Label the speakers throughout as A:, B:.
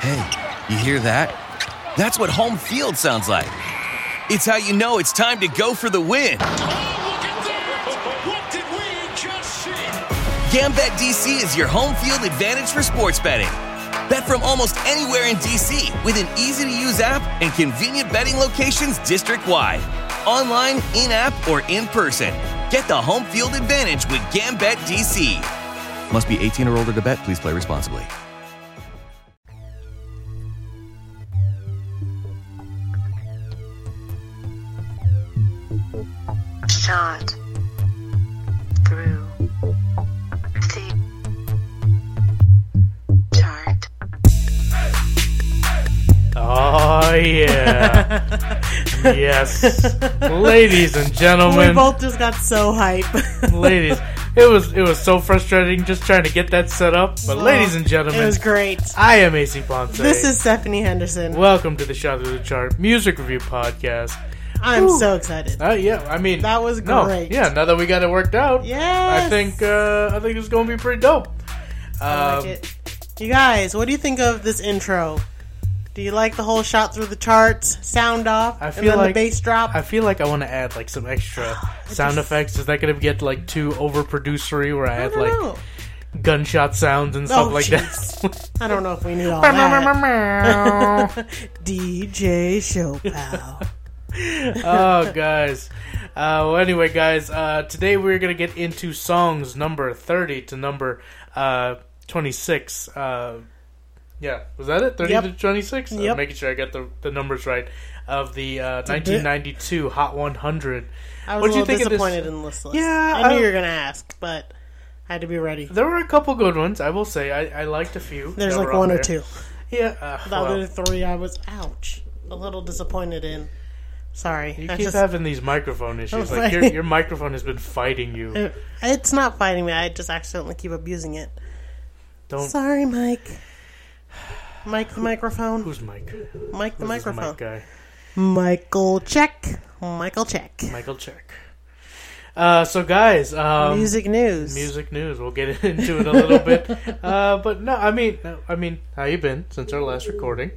A: Hey, you hear that? That's what home field sounds like. It's how you know it's time to go for the win.
B: Look at that! What did we just see?
A: Gambit DC is your home field advantage for sports betting. Bet from almost anywhere in DC with an easy to use app and convenient betting locations district wide. Online, in app, or in person. Get the home field advantage with Gambit DC. Must be 18 or older to bet. Please play responsibly.
C: shot through the chart.
D: Oh yeah. yes. Ladies and
E: We
D: gentlemen.
E: both just got so hype.
D: ladies. It was it was so frustrating just trying to get that set up. But ladies and
E: Oh, it
D: gentlemen,
E: was great.
D: I am AC Ponce.
E: This is Stephanie Henderson.
D: Welcome to the Shot Through the Chart Music Review Podcast.
E: I'm so excited.
D: Oh yeah, I mean
E: That was
D: no,
E: great.
D: yeah, now that we got it worked out,
E: Yes.
D: I think uh, I think it's gonna be pretty dope.
E: I like
D: Um,
E: it. You guys, what do you think of this intro? Do you like the whole shot through the charts, sound off,
D: I
E: and
D: feel
E: then
D: like
E: the bass drop?
D: I feel like I want to add like some extra sound effects. Is that going to get like too overproducery where I,
E: I
D: add
E: don't
D: like
E: know.
D: gunshot sounds and stuff
E: Oh,
D: like
E: jeez. I don't know if we need all that.
D: that?
E: DJ Chopin.
D: oh, guys. Uh, well, anyway, guys, uh, today we're going to get into songs number 30 to number uh, 26. Uh, yeah, was that it? 30
E: Yep.
D: to 26?
E: Yep.
D: I'm making sure I got the, the numbers right of the uh, 1992 Hot 100.
E: I was
D: What'd
E: a little
D: of this-
E: disappointed in this list.
D: Yeah,
E: I knew
D: I-
E: you were going to ask, but I had to be ready.
D: There were a couple good ones, I will say. I, I liked a few.
E: There's
D: that
E: like
D: were on
E: one
D: there.
E: or two.
D: Yeah. Uh,
E: The
D: well,
E: other three, I was ouch, a little disappointed in. Sorry,
D: you
E: I
D: keep
E: just-
D: having these microphone issues.
E: I'm
D: Like your,
E: sorry.
D: your microphone has been fighting you.
E: it's not fighting me. I just accidentally keep abusing it.
D: Don't.
E: Sorry, Mike. Mike the microphone.
D: Who's Mike?
E: Mike the
D: Who's this
E: microphone.
D: Mike guy.
E: Michael check. Michael check.
D: Michael Check. Uh, so guys, um, music.
E: music news.
D: news. We'll get into it a little bit. Uh, but no, I mean, no, I mean, how you been since our last recording?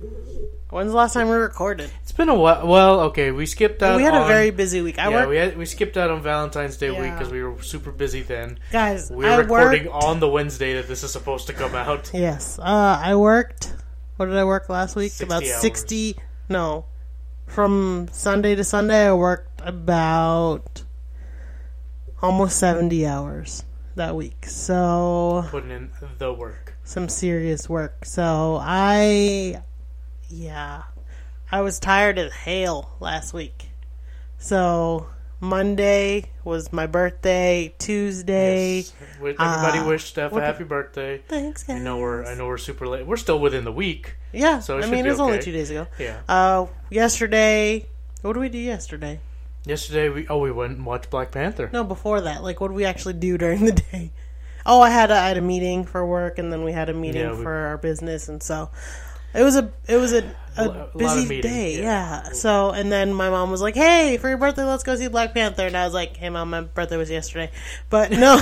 E: When's the last time we recorded?
D: It's been a while. Well, okay, we skipped out.
E: We had a
D: on-
E: very busy week. I
D: yeah,
E: work,
D: we had, we skipped out on Valentine's Day week 'cause week
E: Yeah.
D: because we were super busy then.
E: guys.
D: We're
E: I
D: recording
E: worked.
D: on the Wednesday that this is supposed to come out.
E: Yes, uh, I worked. What did I work last week?
D: 60
E: about
D: hours.
E: sixty. No, from Sunday to Sunday, I worked about almost seventy hours that week. So
D: Putting in the work.
E: some serious work. So I, yeah, I was tired as hell last week. So Monday was my birthday. Tuesday,
D: Yes. Wait, Everybody
E: uh,
D: wish Steph a
E: what-
D: happy birthday.
E: thanks guys.
D: I know we're I know we're super late. We're still within the week.
E: Yeah,
D: So it
E: I
D: should
E: mean
D: be
E: it was only
D: okay.
E: two days ago.
D: Yeah.
E: Uh, yesterday, what did we do yesterday?
D: Yesterday we oh we went and watched Black Panther.
E: No, before that, like what did we actually do during the day? Oh, I had a, I had a meeting for work, and then we had a meeting
D: Yeah, we-
E: for our business, and so it was a it was a,
D: A
E: a
D: lot of
E: busy
D: meetings,
E: day.
D: yeah.
E: Yeah. So and then my mom was like, "Hey, for your birthday, let's go see Black Panther," and I was like, "Hey, mom, my birthday was yesterday," but no,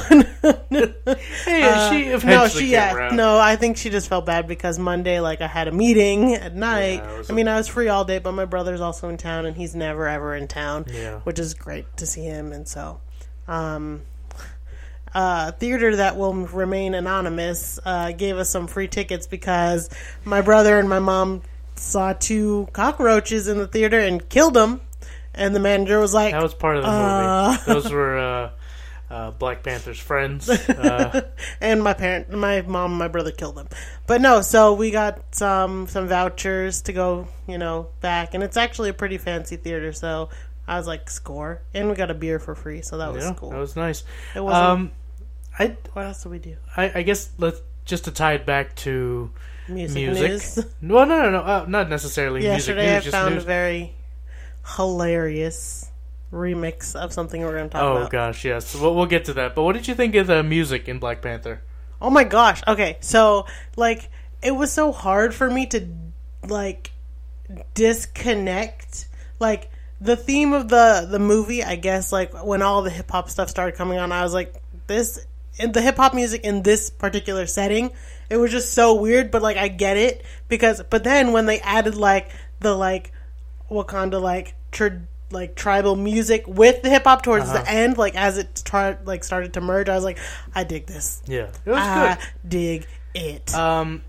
D: Hey, she eventually
E: uh, no, she
D: came
E: yeah,
D: around.
E: no. I think she just felt bad because Monday, like I had a meeting at night.
D: Yeah, it was
E: I
D: a-
E: mean, I was free all day, but my brother's also in town, and he's never ever in town,
D: Yeah.
E: which is great to see him. And so, um, uh, theater that will remain anonymous uh, gave us some free tickets because my brother and my mom saw two cockroaches in the theater and killed them. And the manager was like,
D: That was part of the movie. Those were uh, uh, Black Panther's friends. Uh,
E: and my parent, my mom, and my brother killed them. But no, so we got some some vouchers to go, you know, back, and it's actually a pretty fancy theater. So I was like, score, and we got a beer for free, so that was
D: yeah,
E: cool.
D: that was nice.
E: It wasn't-
D: um, I,
E: what else did we do?
D: I I guess let's just to tie it back to
E: Music,
D: music.
E: news.
D: No, no, no, no, uh, not necessarily music.
E: Yesterday, I
D: news,
E: found a
D: just news.
E: very hilarious remix of something we're going to talk
D: Oh
E: about.
D: gosh, yes. We'll, we'll get to that. But what did you think of the music in Black Panther?
E: Oh my gosh. Okay. So, like, it was so hard for me to, like, disconnect. Like, the theme of the, the movie, I guess, like, when all the hip hop stuff started coming on, I was like, this, and the hip hop music in this particular setting, It was just so weird, but like I get it because. But then when they added like the like Wakanda like tr- like tribal music with the hip hop towards the end, like as it tri- like started to merge, I was like, I dig this.
D: Yeah, it was
E: I
D: good.
E: dig it.
D: Um,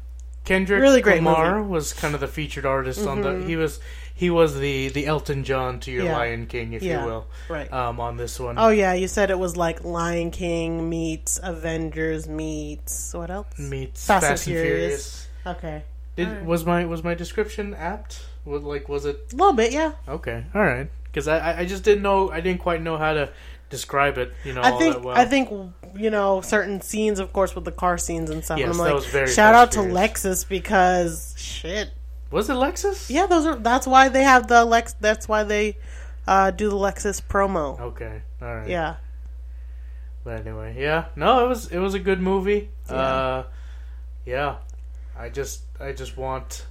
D: Kendrick
E: Really great Mm-hmm.
D: Lamar was kind of the featured artist on the. He was he was the the Elton John to your
E: Yeah.
D: Lion King, if
E: Yeah,
D: you will.
E: right.
D: Um, on this one.
E: oh yeah, you said it was like Lion King meets Avengers meets what else?
D: meets
E: Fast
D: Fast,
E: and
D: and
E: Furious.
D: Furious.
E: Okay,
D: Did, Was my was my description apt? Was, like was it
E: a little bit, yeah.
D: okay? All right, because I I- I just didn't know I didn't quite know how to describe it. You know,
E: I
D: all
E: think
D: that well.
E: I think you know certain scenes, of course, with the car scenes and stuff.
D: Yes,
E: I'm
D: that
E: like,
D: was very
E: shout out
D: Fast
E: to
D: Furious.
E: Lexus because shit,
D: was it Lexus?
E: yeah, those are that's why they have the Lex. That's why they uh, do the Lexus promo.
D: Okay. All right.
E: Yeah,
D: But anyway, yeah. No, it was it was a good movie. Yeah. Uh yeah. I just I just want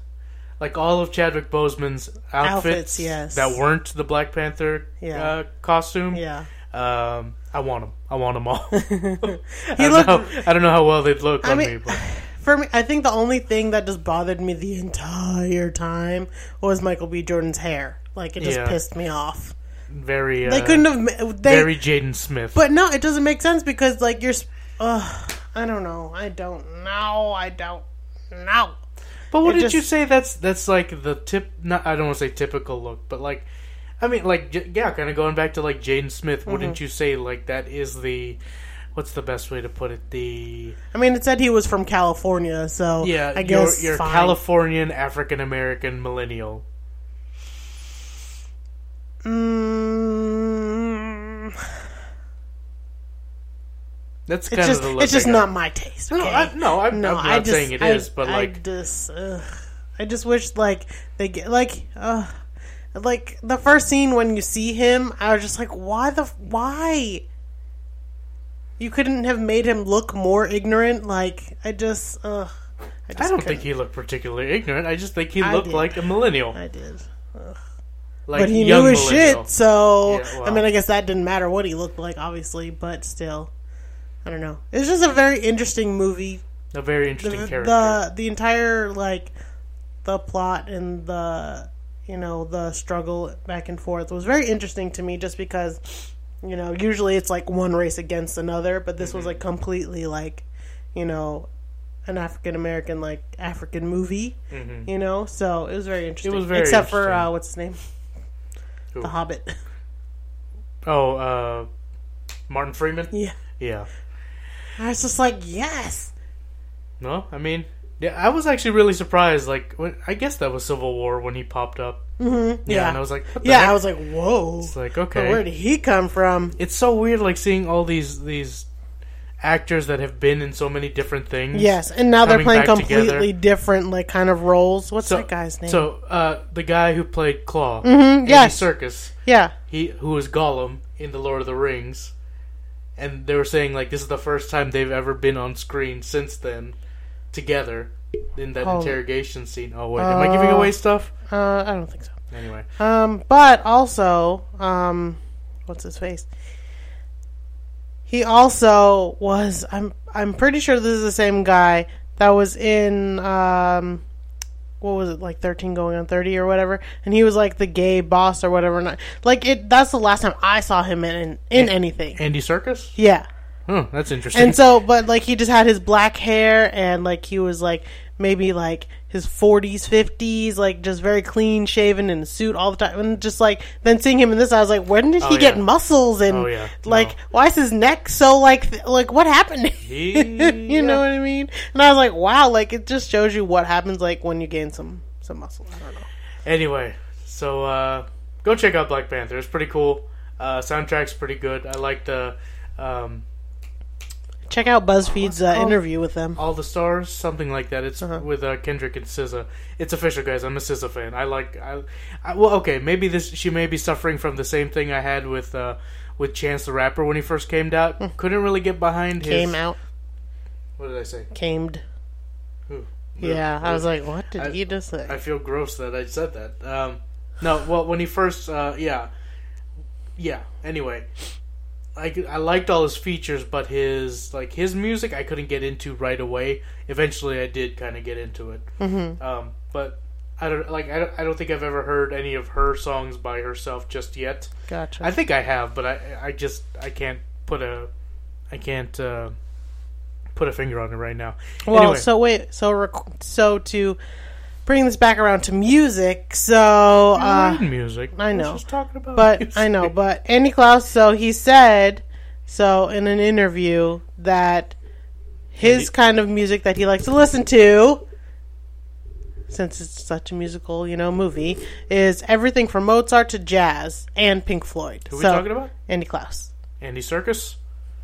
D: like all of Chadwick Boseman's outfits,
E: Outfits, yes.
D: that weren't the Black Panther
E: Yeah.
D: uh, costume.
E: yeah.
D: Um I want them. I want them all. I,
E: He
D: don't
E: looked
D: know, I don't know how well they'd look on
E: mean-
D: me, but
E: for me. I think the only thing that just bothered me the entire time was Michael B. Jordan's hair. Like it just
D: Yeah.
E: pissed me off.
D: very uh,
E: They couldn't have. ma- They
D: very Jaden Smith.
E: But no, it doesn't make sense because like you're. s- Ugh, I don't know. I don't know. I don't know.
D: But what
E: It
D: did you
E: just-
D: say? That's that's like the tip. Not I don't want to say typical look, but like, I mean, like j- yeah, kind of going back to like Jaden Smith. Wouldn't
E: Mm-hmm.
D: you say like that is the what's the best way to put it? The
E: I mean, it said he was from California, so
D: yeah,
E: I guess
D: you're, you're
E: fine.
D: Californian African American millennial.
E: Mm,
D: That's kind
E: it's just
D: of the look.
E: it's just
D: I got.
E: not my taste.
D: No, I, no, I'm,
E: No,
D: I'm
E: I
D: not
E: just,
D: saying it is,
E: I-
D: but
E: I
D: like
E: just, ugh. I just wish like they get like, uh, like the first scene when you see him, I was just like, why the f- why? You couldn't have made him look more ignorant. Like I just, ugh. I,
D: I,
E: just
D: don't
E: couldn't.
D: think he looked particularly ignorant. I just think he
E: I
D: looked
E: did.
D: like a millennial,
E: I did,
D: like
E: but he
D: young
E: knew his
D: millennial.
E: shit. So
D: Yeah,
E: I
D: well.
E: mean, I guess that didn't matter what he looked like, obviously. But still, I don't know. It's just a very interesting movie.
D: A very interesting
E: the,
D: character.
E: the the entire like the plot and the you know the struggle back and forth was very interesting to me just because you know usually it's like one race against another but this
D: Mm-hmm.
E: was like completely like you know an African American like African movie you know so it was very interesting
D: Mm-hmm. was very
E: except for
D: interesting.
E: uh, what's his name
D: Who?
E: the Hobbit
D: oh, uh, Martin Freeman.
E: yeah
D: yeah.
E: I was just like yes
D: No, I mean, yeah, I was actually really surprised. Like, when, I guess that was Civil War when he popped up. Mm-hmm. Yeah,
E: Yeah.
D: and I was like, what the
E: yeah
D: heck?
E: I was like whoa
D: It's like,
E: But where
D: okay,
E: did he come from
D: it's so weird, like seeing all these these actors that have been in so many different things.
E: Yes, and now they're
D: coming
E: playing
D: back
E: completely
D: together.
E: different, like kind of roles. What's
D: So,
E: that guy's name?
D: So, uh, the guy who played Claw, mm-hmm,
E: yes.
D: Circus,
E: yeah,
D: he who was Gollum in the Lord of the Rings, and they were saying like this is the first time they've ever been on screen since then, together, in that
E: Oh.
D: interrogation scene. Oh wait, am I giving away stuff?
E: uh, I don't think so.
D: Anyway.
E: Um, but also, um, what's his face? He also was. I'm. I'm pretty sure this is the same guy that was in. Um, what was it like? Thirteen going on thirty or whatever, and he was like the gay boss or whatever. Not like it. That's the last time I saw him in in anything.
D: Andy Circus?
E: Yeah.
D: Huh, Hmm, that's interesting.
E: and so but like he just had his black hair and like he was like maybe like his 40s 50s like just very clean shaven in a suit all the time and just like then seeing him in this i was like when did he
D: Oh,
E: get
D: yeah.
E: muscles and
D: Oh, yeah.
E: like
D: No.
E: why is his neck so like th- like what happened
D: He-
E: you know what i mean and i was like wow like it just shows you what happens like when you gain some some muscle i don't know
D: anyway, so uh, go check out Black Panther. It's pretty cool. Uh, soundtrack's pretty good. I like the um,
E: check out buzzfeed's uh, interview with them
D: All the Stars, something like that. It's
E: Uh-huh.
D: with uh, Kendrick and SZA. It's official, guys. I'm a SZA fan. I like. I, I well, okay, maybe this. She may be suffering from the same thing I had with uh, with Chance the Rapper when he first came out. Couldn't really get behind his.
E: Hmm. came out
D: What did I say?
E: camed
D: Who?
E: yeah i was like what did
D: I-
E: he just say
D: I feel gross that I said that. Um, no, well, when he first, uh, yeah, yeah. Anyway, I, could- I liked all his features, but his like his music I couldn't get into right away. Eventually, I did kind of get into it.
E: Mm-hmm.
D: Um, but I don't like I don't, I don't think I've ever heard any of her songs by herself just yet.
E: Gotcha.
D: I think I have, but I I just I can't put a I can't uh, put a finger on it right now.
E: Well,
D: Anyway.
E: so wait, so rec- so to bring this back around to music, so uh,
D: Read music.
E: I
D: We're
E: know,
D: just talking about
E: but
D: music.
E: I know, but Andy Klaus. So he said, so in an interview that his kind of music that he likes to listen to, since it's such a musical, you know, movie, is everything from Mozart to jazz and Pink Floyd.
D: Who
E: so,
D: we talking about?
E: Andy Klaus.
D: Andy Circus.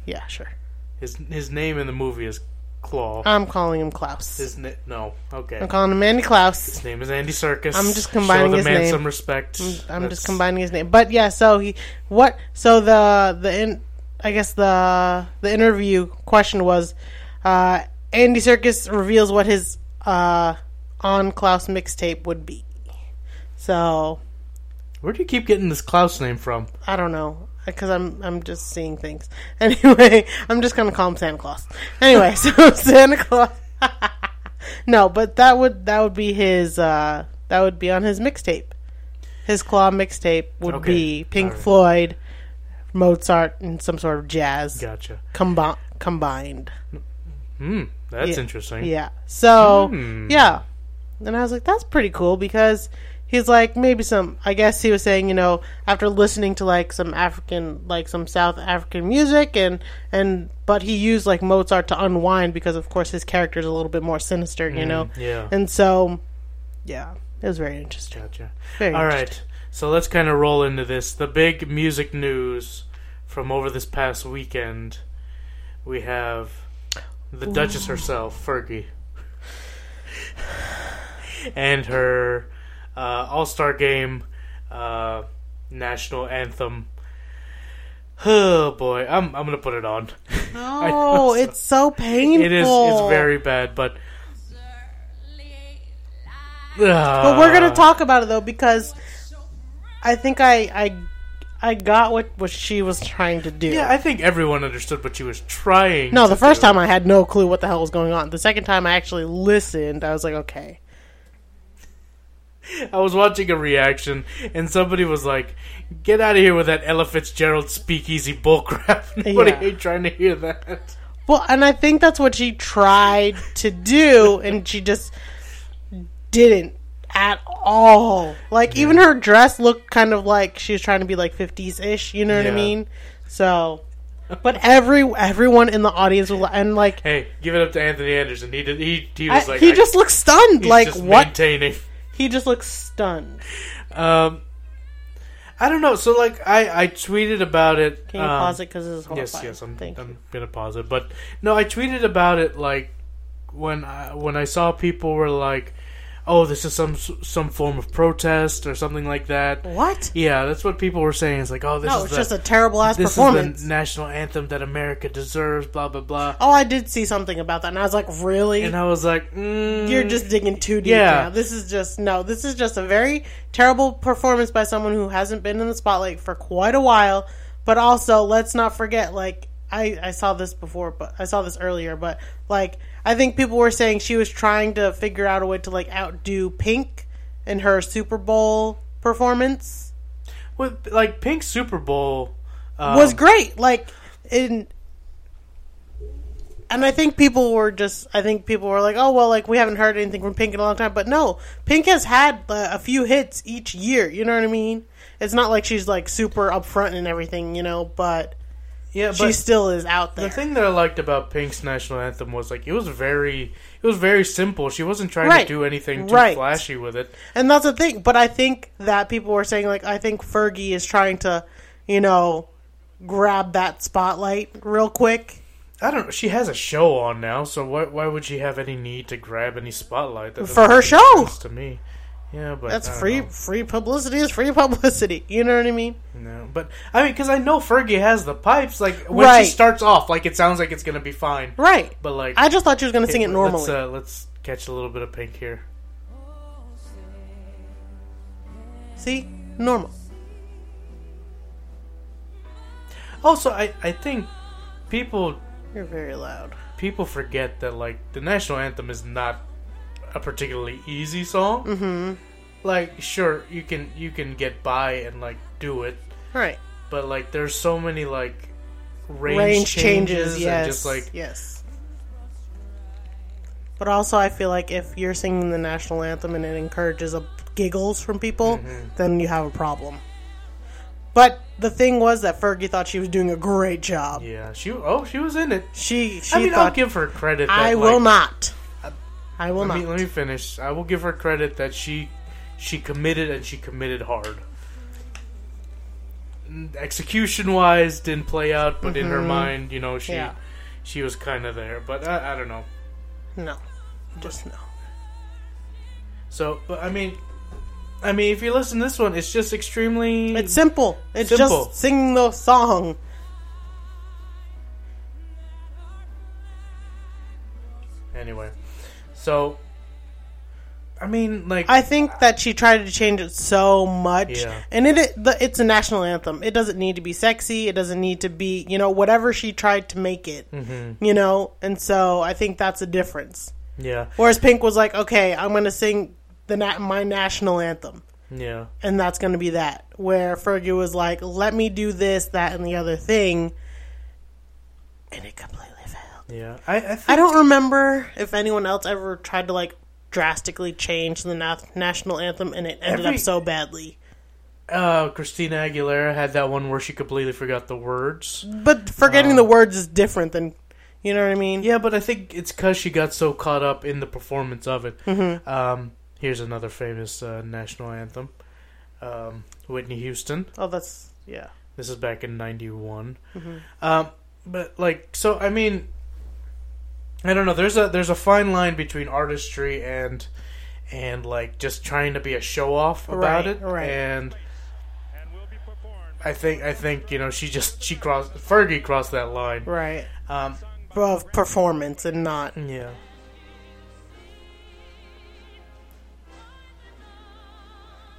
E: Yeah, sure.
D: His his name in the movie is Claw.
E: I'm calling him Klaus.
D: his na- no, okay.
E: I'm calling him Andy Klaus.
D: His name is Andy Circus.
E: I'm just combining
D: Show the
E: his
D: man
E: name.
D: some respect.
E: I'm
D: That's-
E: just combining his name, but yeah. So he what? So the the in, I guess the the interview question was, uh, Andy Circus reveals what his uh, on Klaus mixtape would be. So
D: Where do you keep getting this Klaus name from?
E: I don't know because I'm I'm just seeing things. Anyway, I'm just gonna call him Santa Claus. Anyway, so Santa Claus. no, but that would that would be his uh, that would be on his mixtape. His claw mixtape would
D: Okay.
E: be Pink
D: Alright.
E: Floyd, Mozart, and some sort of jazz
D: Gotcha.
E: combi- combined.
D: That's
E: Yeah.
D: interesting.
E: Yeah. So
D: Hmm.
E: yeah, and I was like, that's pretty cool because he's like maybe some. I guess he was saying you know after listening to like some African like some South African music and and but he used like Mozart to unwind because of course his character is a little bit more sinister you know
D: Hmm, yeah.
E: and so yeah it was very interesting
D: Gotcha.
E: Very
D: All right. So let's kind of roll into this. The big music news from over this past weekend. We have the Duchess herself, Fergie, and her uh, All Star Game uh, national anthem. Oh boy, I'm I'm gonna put it on.
E: oh it's so painful
D: It is it's very bad, but Ah.
E: But we're
D: uh,
E: gonna talk about it though because I think I I I got what what she was trying to do.
D: Yeah, I think everyone understood what she was trying.
E: no,
D: to
E: the first
D: do.
E: time I had no clue what the hell was going on. The second time I actually listened, I was like, okay,
D: I was watching a reaction, and somebody was like, "Get out of here with that Ella Fitzgerald speakeasy bullcrap." Nobody
E: Yeah.
D: ain't trying to hear that.
E: well, and I think that's what she tried to do, and she just didn't at all. Like even her dress looked kind of like she was trying to be like fifties ish. You know what
D: Yeah.
E: I mean? So. But every everyone in the audience was, and like
D: Hey, give it up to Anthony Anderson. He did. He he was
E: I-
D: like
E: he
D: I-
E: just looks stunned.
D: he's
E: Like
D: just
E: what?
D: maintaining.
E: He just looks stunned.
D: Um, I don't know. So like I I tweeted about it.
E: Can you
D: um,
E: pause it because it's horrifying?
D: yes yes i'm,
E: Thank you.
D: I'm gonna pause it but no i tweeted about it like when i when i saw people were like oh this is some some form of protest or something like that
E: What?
D: yeah that's what people were saying it's like oh this
E: No,
D: is
E: it's
D: the,
E: just a terrible ass
D: this is
E: performance.
D: the national anthem that america deserves blah blah blah
E: oh, I did see something about that, and I was like, really?
D: and i was like mm,
E: You're just digging too deep.
D: Yeah.
E: now. This is just no. This is just a very terrible performance by someone who hasn't been in the spotlight for quite a while. But also, let's not forget, like I I saw this before, but I saw this earlier, but like I think people were saying she was trying to figure out a way to like outdo Pink in her Super Bowl performance.
D: with like pink super bowl Oh.
E: was great. Like in and I think people were just I think people were like, "Oh, well, like we haven't heard anything from Pink in a long time." But no, Pink has had uh, a few hits each year, you know what I mean? It's not like she's like super upfront and everything, you know, but
D: yeah but
E: she still is out there.
D: the thing that I liked about Pink's national anthem was like it was very it was very simple. She wasn't trying
E: Right.
D: to do anything too
E: Right.
D: flashy with it.
E: And that's the thing. But I think that people were saying, like, I think Fergie is trying to, you know, grab that spotlight real quick.
D: I don't. She has a show on now, so why why would she have any need to grab any spotlight that
E: For
D: doesn't
E: her
D: make
E: show!
D: sense To me, yeah, but
E: That's
D: I don't
E: free
D: know.
E: free publicity is free publicity. You know what I mean?
D: No, but I mean, because I know Fergie has the pipes. Like when
E: Right.
D: she starts off, like it sounds like it's gonna be fine.
E: Right.
D: But like,
E: I just thought she was going to sing it normally.
D: Let's, uh, let's catch a little bit of Pink here.
E: See, normal.
D: Also, I, I think people
E: You're very loud.
D: people forget that like the national anthem is not a particularly easy song. Mm-hmm. Like, sure, you can you can get by and like do it,
E: All right.
D: but like there's so many like range,
E: Range
D: changes,
E: changes, yes.
D: and just like
E: yes. But also, I feel like if you're singing the national anthem and it encourages a giggles from people,
D: Mm-hmm.
E: then you have a problem. But the thing was that Fergie thought she was doing a great job.
D: yeah, she oh she was in it.
E: She she
D: I mean, I'll
E: thought
D: give her credit. That,
E: I
D: like,
E: will not. I will
D: Let me,
E: not.
D: let me finish. I will give her credit that she she committed and she committed hard. Execution wise, didn't play out, but in her mind, you know, she
E: Mm-hmm. Yeah.
D: she was kind of there. But I, I don't know.
E: No, just no.
D: So, but I mean, I mean, if you listen to this one, it's just extremely.
E: It's simple. It's
D: Simple.
E: just sing the song.
D: anyway. So, I mean, like
E: I think that she tried to change it so much,
D: Yeah.
E: and it, it the, it's a national anthem. It doesn't need to be sexy. It doesn't need to be you know whatever she tried to make it, you know. And so I think that's a difference.
D: yeah,
E: Whereas Pink was like, okay, I'm going to sing the na- my national anthem,
D: yeah,
E: and that's going to be that. Where Fergie was like, let me do this, that, and the other thing, and it completely failed.
D: yeah. I I, think,
E: I don't remember if anyone else ever tried to like drastically change the na- national anthem and it ended
D: Every-
E: up so badly.
D: uh, Christina Aguilera had that one where she completely forgot the words.
E: But forgetting the words is different than you know what I mean?
D: Yeah, but I think it's because she got so caught up in the performance of it.
E: Mm-hmm.
D: Um, here's another famous uh, national anthem um, Whitney Houston.
E: Oh, that's yeah.
D: This is back in 91.
E: Mm-hmm.
D: Um, but, like, so, I mean, I don't know. There's a there's a fine line between artistry and and like just trying to be a show off about
E: Right,
D: it.
E: right.
D: And I think I think you know she just she crossed Fergie crossed that line.
E: Right.
D: Um,
E: Of performance and not
D: yeah.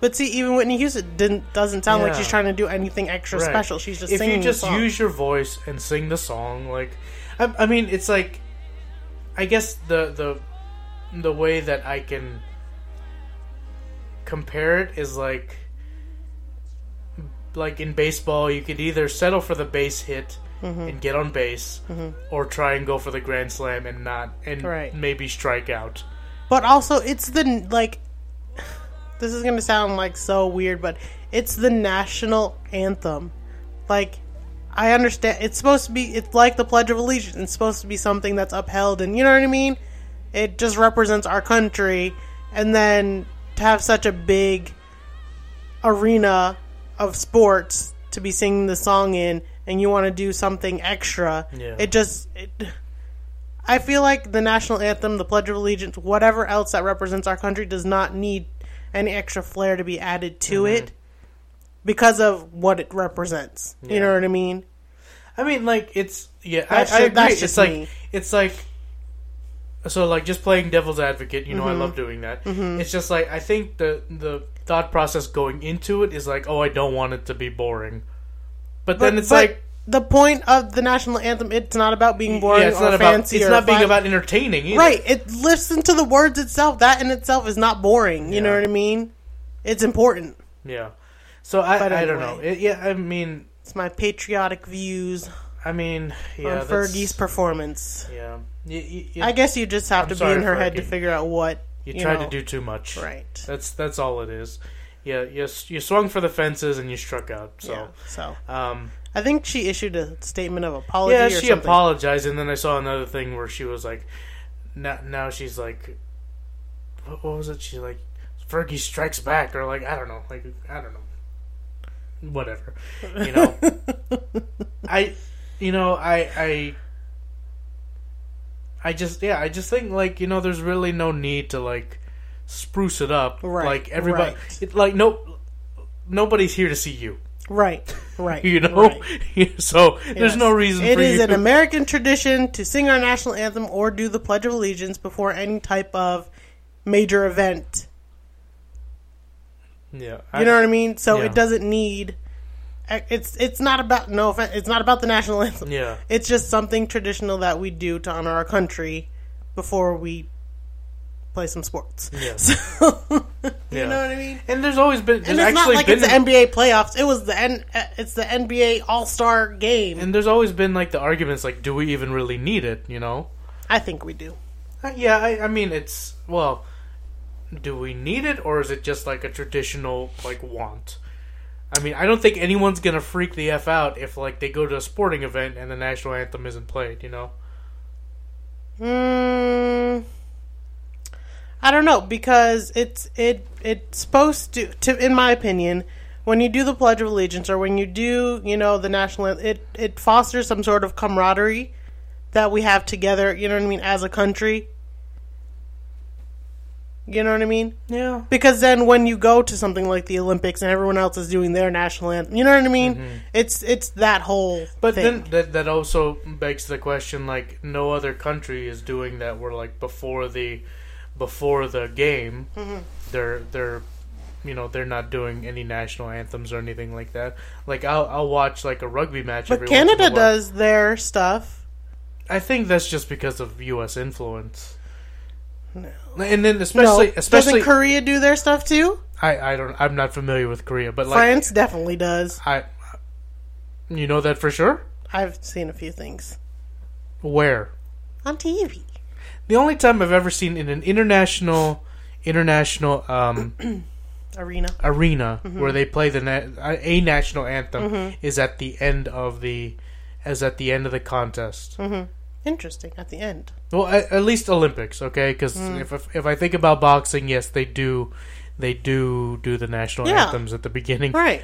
E: But see, even Whitney Houston didn't doesn't sound like
D: Yeah.
E: she's trying to do anything extra
D: Right.
E: special. She's just
D: if
E: singing
D: you just
E: the song.
D: use your voice and sing the song, like, I, I mean, it's like, I guess the the the way that I can compare it is like, like in baseball, you could either settle for the base hit.
E: Mm-hmm.
D: And get on base, or try and go for the grand slam and not, and
E: Right.
D: maybe strike out.
E: But also, it's the like. This is gonna sound like so weird, but it's the national anthem. Like, I understand it's supposed to be. It's like the Pledge of Allegiance. It's supposed to be something that's upheld, and you know what I mean. It just represents our country, and then to have such a big arena of sports to be singing the song in, and you want to do something extra.
D: Yeah.
E: It just. It, I feel like the national anthem, the Pledge of Allegiance, whatever else that represents our country does not need any extra flair to be added to it because of what it represents. You know what I mean?
D: I mean, like it's yeah.
E: That's
D: I, I
E: ju-
D: agree.
E: that's
D: it's
E: just
D: like
E: me.
D: it's like so like just playing devil's advocate. You know,
E: Mm-hmm.
D: I love doing that. It's just like I think the the thought process going into it is like, oh, I don't want it to be boring. But, then it's like
E: the point of the national anthem. It's not about being boring
D: yeah, it's
E: or
D: not about it's
E: fancy. or
D: not being
E: fun.
D: about entertaining either.
E: right. It listen to the words itself. That in itself is not boring. You know
D: Yeah.
E: what I mean? It's important.
D: Yeah. So I
E: But
D: I don't
E: anyway.
D: know. It, yeah, I mean
E: It's my patriotic views
D: I mean yeah.
E: on
D: that's-
E: Fergie's performance.
D: Yeah. You, you, you,
E: I guess you just have to
D: sorry,
E: be in her head to
D: Fergie.
E: figure out what
D: you tried
E: know.
D: to do too much.
E: right.
D: That's that's all it is. Yeah, you, s- you swung for the fences and you struck out. So,
E: Yeah, so
D: um,
E: I think she issued a statement of apology.
D: Yeah,
E: or
D: she
E: something.
D: apologized, and then I saw another thing where she was like, now, now she's like, what, what was it? She like, Fergie strikes back, or like, I don't know, like, I don't know, whatever, you know. I, you know, I, I, I just, yeah, I just think like, you know, there's really no need to like spruce it up,
E: Right,
D: Like everybody,
E: right.
D: it, like no, nobody's here to see you.
E: Right, right.
D: You know,
E: right.
D: so there's
E: Yes.
D: no reason.
E: It
D: for
E: is
D: you
E: an American tradition to sing our national anthem or do the Pledge of Allegiance before any type of major event.
D: Yeah,
E: You know what I mean? So
D: Yeah.
E: it doesn't need it's it's not about no offense, it's not about the national anthem.
D: Yeah.
E: It's just something traditional that we do to honor our country before we play some sports.
D: Yeah.
E: So you
D: Yeah.
E: know what I mean?
D: And there's always been.
E: And
D: there's
E: it's not
D: actually
E: like
D: been,
E: it's the NBA playoffs. It was the N, uh, it's the NBA All Star game.
D: And there's always been like the arguments, like, do we even really need it? You know?
E: I think we do.
D: Uh, yeah, I, I mean, it's well, do we need it, or is it just like a traditional like want? I mean, I don't think anyone's gonna freak the f out if like they go to a sporting event and the national anthem isn't played. You know?
E: Mm, I don't know because it's it it's supposed to, to in my opinion when you do the pledge of allegiance or when you do you know the national anth- it it fosters some sort of camaraderie that we have together you know what I mean as a country you know what I mean
D: Yeah.
E: because then when you go to something like the Olympics and everyone else is doing their national anthem you know what I mean it's it's that whole
D: Mm-hmm. But
E: thing.
D: then that that also begs the question like no other country is doing that where like before the before the game
E: Mm-hmm.
D: they're they're you know they're not doing any national anthems or anything like that. Like I'll I'll watch like a rugby match.
E: but
D: every once in a
E: Canada
D: while.
E: does their stuff
D: I think that's just because of U.S. influence. No. And then especially
E: no.
D: especially
E: doesn't Korea do their stuff too?
D: I I don't I'm not familiar with Korea, but like
E: France definitely does.
D: I you know that for sure.
E: I've seen a few things
D: Where
E: on TV.
D: the only time I've ever seen in an international international um,
E: Arena.
D: arena
E: Mm-hmm.
D: where they play the na- a national anthem is at the end of the is at the end of the contest.
E: Mm-hmm. Interesting at the end.
D: Well, at, at least Olympics, okay? Because
E: Mm.
D: if, if if I think about boxing, yes, they do they do do the national
E: Yeah.
D: anthems at the beginning.
E: Right.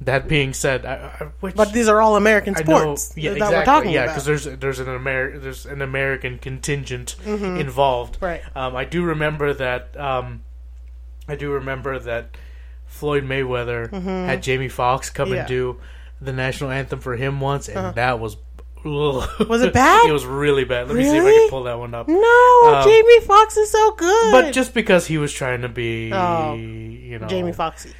D: That being said, I, I, which
E: But these are all American
D: I know-
E: sports
D: yeah,
E: that
D: exactly,
E: we're talking
D: yeah,
E: about.
D: because there's there's an Ameri- there's an American contingent involved.
E: Mm-hmm. Right.
D: Um, I do remember that. Um, I do remember that Floyd Mayweather had Jamie Foxx come
E: Mm-hmm. Yeah. Uh-huh.
D: and do the national anthem for him once, and that was. ugh.
E: Was it bad?
D: it was really bad. Let me see if I
E: Really?
D: can pull that one up.
E: no,
D: Um,
E: Jamie Foxx is so good.
D: But just because he was trying to be,
E: Oh,
D: you know,
E: Jamie Foxxy.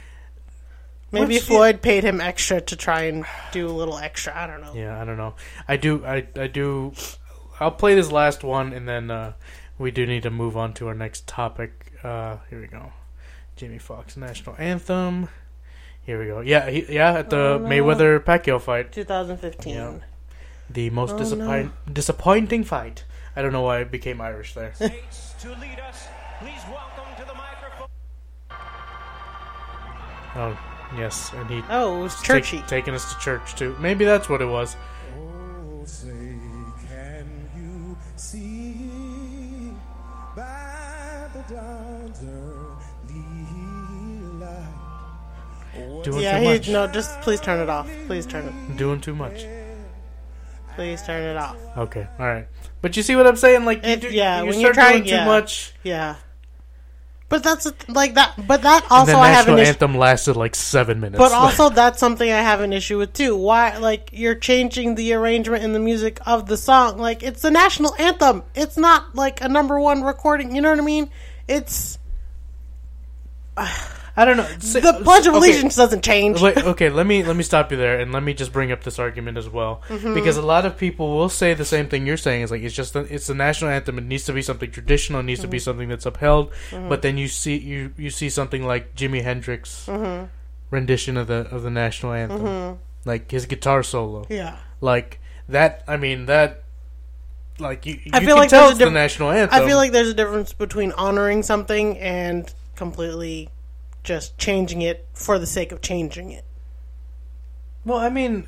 E: Maybe
D: Which-
E: Floyd paid him extra to try and do a little extra. I don't know.
D: Yeah, I don't know. I do. I I do. I'll play this last one, and then uh, we do need to move on to our next topic. Uh, here we go. Jamie Foxx national anthem. Here we go. Yeah, he, yeah. At the
E: Oh,
D: Mayweather Pacquiao fight,
E: 2015.
D: Yeah. the
E: Oh,
D: most disappoint, disappointing fight. I don't know why I became Irish there.
B: To lead us, please welcome to the microphone.
D: oh, yes, and he
E: Oh, it was
D: take-
E: churchy.
D: taking us to church too. Maybe that's what it was.
F: say, can you see by the dawn's early light?
D: Doing
E: yeah,
D: too
E: he,
D: much.
E: no, just please turn it off. Please turn it.
D: Doing too much.
E: Please turn it off.
D: Okay, all right. But you see what I'm saying? Like, you
E: It-
D: do,
E: yeah,
D: you
E: when
D: start
E: you're trying-
D: doing too
E: yeah.
D: much.
E: Yeah. But that's a- like that. But that
D: And
E: also
D: the
E: I have an
D: national
E: issue.
D: anthem lasted like seven minutes.
E: But also that's something I have an issue with too. Why like you're changing the arrangement and the music of the song? Like it's the national anthem. It's not like a number one recording. You know what I mean? It's
D: I don't know. Say-
E: the Pledge of
D: okay.
E: Allegiance doesn't change.
D: Wait, okay, let me let me stop you there, and let me just bring up this argument as well,
E: Mm-hmm.
D: because a lot of people will say the same thing you're saying. Is like it's just the, it's the national anthem. It needs to be something traditional. It needs
E: Mm-hmm.
D: to be something that's upheld. But then you see you you see something like Jimi Hendrix
E: Mm-hmm.
D: rendition of the of the national anthem, like his guitar solo.
E: Yeah.
D: like that. I mean that. Like you, you
E: I feel
D: can
E: like
D: tell
E: there's a
D: it's the
E: diff-
D: national anthem.
E: I feel like there's a difference between honoring something and completely just changing it for the sake of changing it.
D: Well, I mean,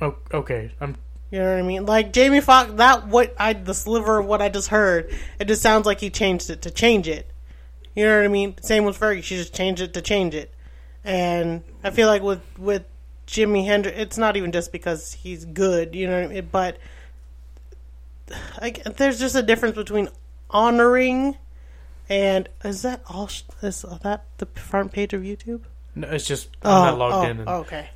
D: o- okay, I'm
E: You know what I mean? Like Jamie Foxx, that what I the sliver of what I just heard, it just sounds like he changed it to change it. You know what I mean? Same with Fergie, she just changed it to change it. And I feel like with with Jimi Hendrix, it's not even just because he's good, you know, what I mean? but like there's just a difference between honoring and is that all? sh- Is that the front page of YouTube?
D: no, it's just I'm not logged
E: oh,
D: in. And,
E: okay.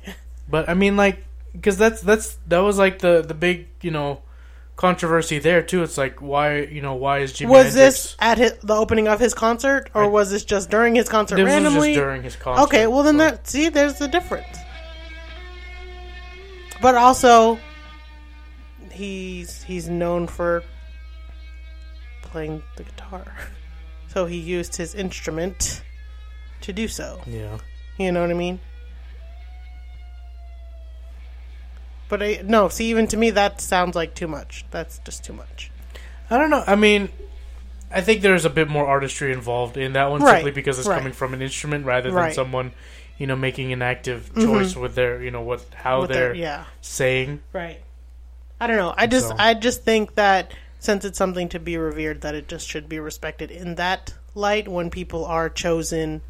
D: But I mean, like, because that's that's that was like the the big you know controversy there too. It's like why you know why is Jimi
E: Was
D: Hendrix-
E: this at his, the opening of his concert, or was this just during his concert
D: This was
E: randomly?
D: just during his concert.
E: okay, well then,
D: so-
E: there, see, there's the difference. But also, he's he's known for playing the guitar, so he used his instrument to do so.
D: Yeah.
E: You know what I mean? But I no, see even to me that sounds like too much. That's just too much.
D: I don't know. I mean, I think there's a bit more artistry involved in that one
E: Right,
D: simply because it's
E: right.
D: coming from an instrument rather than
E: Right.
D: someone, you know, making an active choice with their, you know, what how
E: With
D: they're
E: their- yeah.
D: saying.
E: Right. I don't know. I just
D: So-
E: I just think that since it's something to be revered that it just should be respected in that light when people are chosen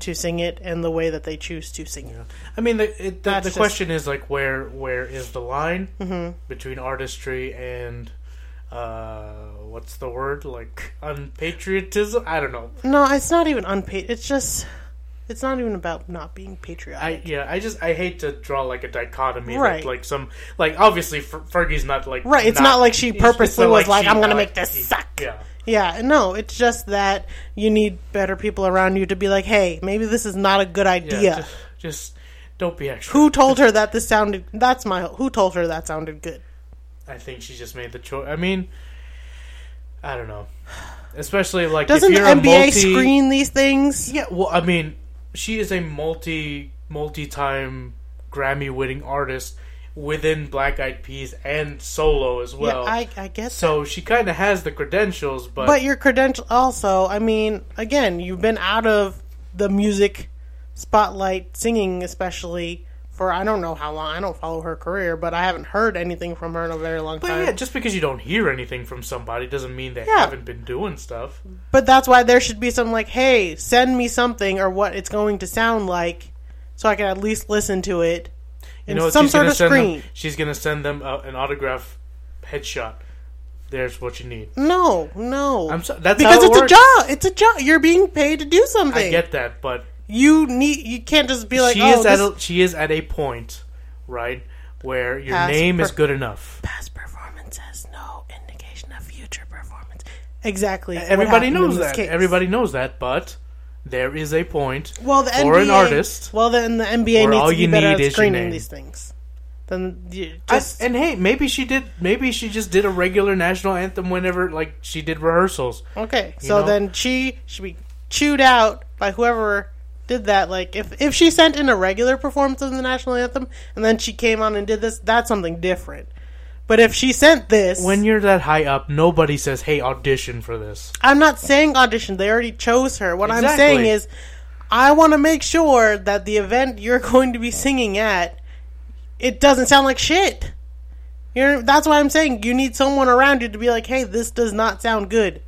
E: to sing it and the way that they choose to sing it.
D: I mean, the it, the,
E: That's
D: the
E: just- Mm-hmm.
D: question is like where where is the line between artistry and uh, what's the word like unpatriotism? I don't know.
E: No, it's not even unpaid. It's just it's not even about not being patriotic.
D: I yeah, I just I hate to draw like a dichotomy, that,
E: Right.
D: like some like obviously Fer- Fergie's not like
E: Right, it's not like she
D: it's- it's
E: purposely
D: not
E: was like,
D: she-
E: "I'm gonna
D: uh,
E: make this
D: she-
E: suck."
D: Yeah,
E: Yeah, no, it's just that you need better people around you to be like, "Hey, maybe this is not a good
D: yeah,
E: idea."
D: Just, just don't be extra.
E: Who told her that this sounded? That's my. Who told her that sounded good?
D: I think she just made the choice. I mean, I don't know, especially like
E: Doesn't
D: if
E: the
D: you're a
E: NBA
D: multi-
E: screen these things?
D: Yeah, well, I mean, she is a multi multi time Grammy winning artist within Black Eyed Peas and solo as well.
E: yeah, I, I guess.
D: so she kind of has the credentials, but,
E: But your credential also. I mean, again, you've been out of the music spotlight, singing especially for I don't know how long. I don't follow her career, but I haven't heard anything from her in a very long
D: But
E: time.
D: yeah, just because you don't hear anything from somebody doesn't mean they
E: Yeah.
D: haven't been doing stuff.
E: But that's why there should be some like, hey, send me something or what it's going to sound like, so I can at least listen to it
D: You
E: in
D: know,
E: some
D: she's
E: sort
D: gonna
E: of
D: send
E: screen.
D: Them, she's gonna send them uh, an autograph headshot. There's what you need.
E: No, no,
D: I'm so- that's
E: Mm. because
D: how it
E: it's
D: works.
E: a job. It's a job. You're being paid to do something.
D: I get that, but
E: You need. You can't just be like,
D: she
E: oh,
D: is at
E: this
D: a, she is at a point, right, where your
E: Past
D: name is
E: per-
D: good enough.
E: past performance has no indication of future performance. Exactly. what
D: Everybody
E: happened in
D: knows
E: this
D: that.
E: case.
D: Everybody knows that, but there is a point
E: Well, the
D: for
E: NBA,
D: an artist.
E: Well, then the NBA
D: where
E: needs
D: all
E: to be
D: you
E: better
D: need
E: at
D: is your
E: screening
D: name.
E: these things. Then you
D: I-
E: just
D: and hey, maybe she did. Maybe she just did a regular national anthem whenever, like she did rehearsals.
E: Okay, so
D: know?
E: then she should be chewed out by whoever did that. Like, if if she sent in a regular performance of the national anthem and then she came on and did this, that's something different. But if she sent this,
D: When you're that high up, nobody says, "Hey, audition for this."
E: I'm not saying audition, they already chose her. What I'm
D: Exactly.
E: saying is, I want to make sure that the event you're going to be singing at, it doesn't sound like shit. You're, that's why I'm saying you need someone around you to be like, hey, this does not sound good.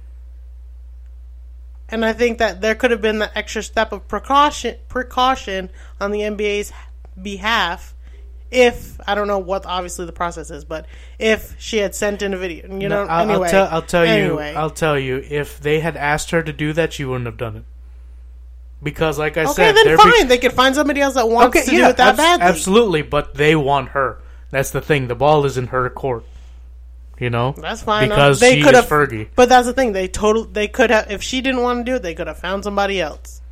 E: And I think that there could have been that extra step of precaution precaution on the NBA's behalf if I don't know what obviously the process is, but if she had sent in a video, you know.
D: No, I'll,
E: anyway,
D: I'll tell, I'll tell
E: anyway.
D: you. I'll tell you. If they had asked her to do that, she wouldn't have done it. Because, like I
E: Okay,
D: said,
E: then
D: there be-
E: fine. they could find somebody else that wants
D: okay,
E: to
D: yeah,
E: do it that
D: abs-
E: badly.
D: absolutely. But they want her. That's the thing. The ball is in her court. You know,
E: That's fine.
D: Because
E: they
D: she
E: could
D: is
E: have,
D: Fergie.
E: But that's the thing. They total. They could have. If she didn't want to do it, they could have found somebody else.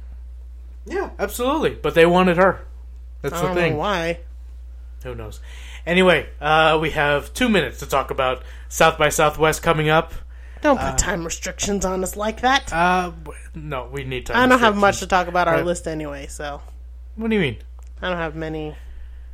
D: Yeah, absolutely. But they wanted her. That's
E: I
D: the
E: don't
D: thing.
E: know why.
D: Who knows? Anyway, uh, we have two minutes to talk about South by Southwest coming up.
E: Don't put time restrictions on us like that.
D: Uh, w- no, we need time.
E: I don't have
D: restrictions.
E: much to talk about our
D: Right.
E: list anyway, so
D: What do you mean?
E: I don't have many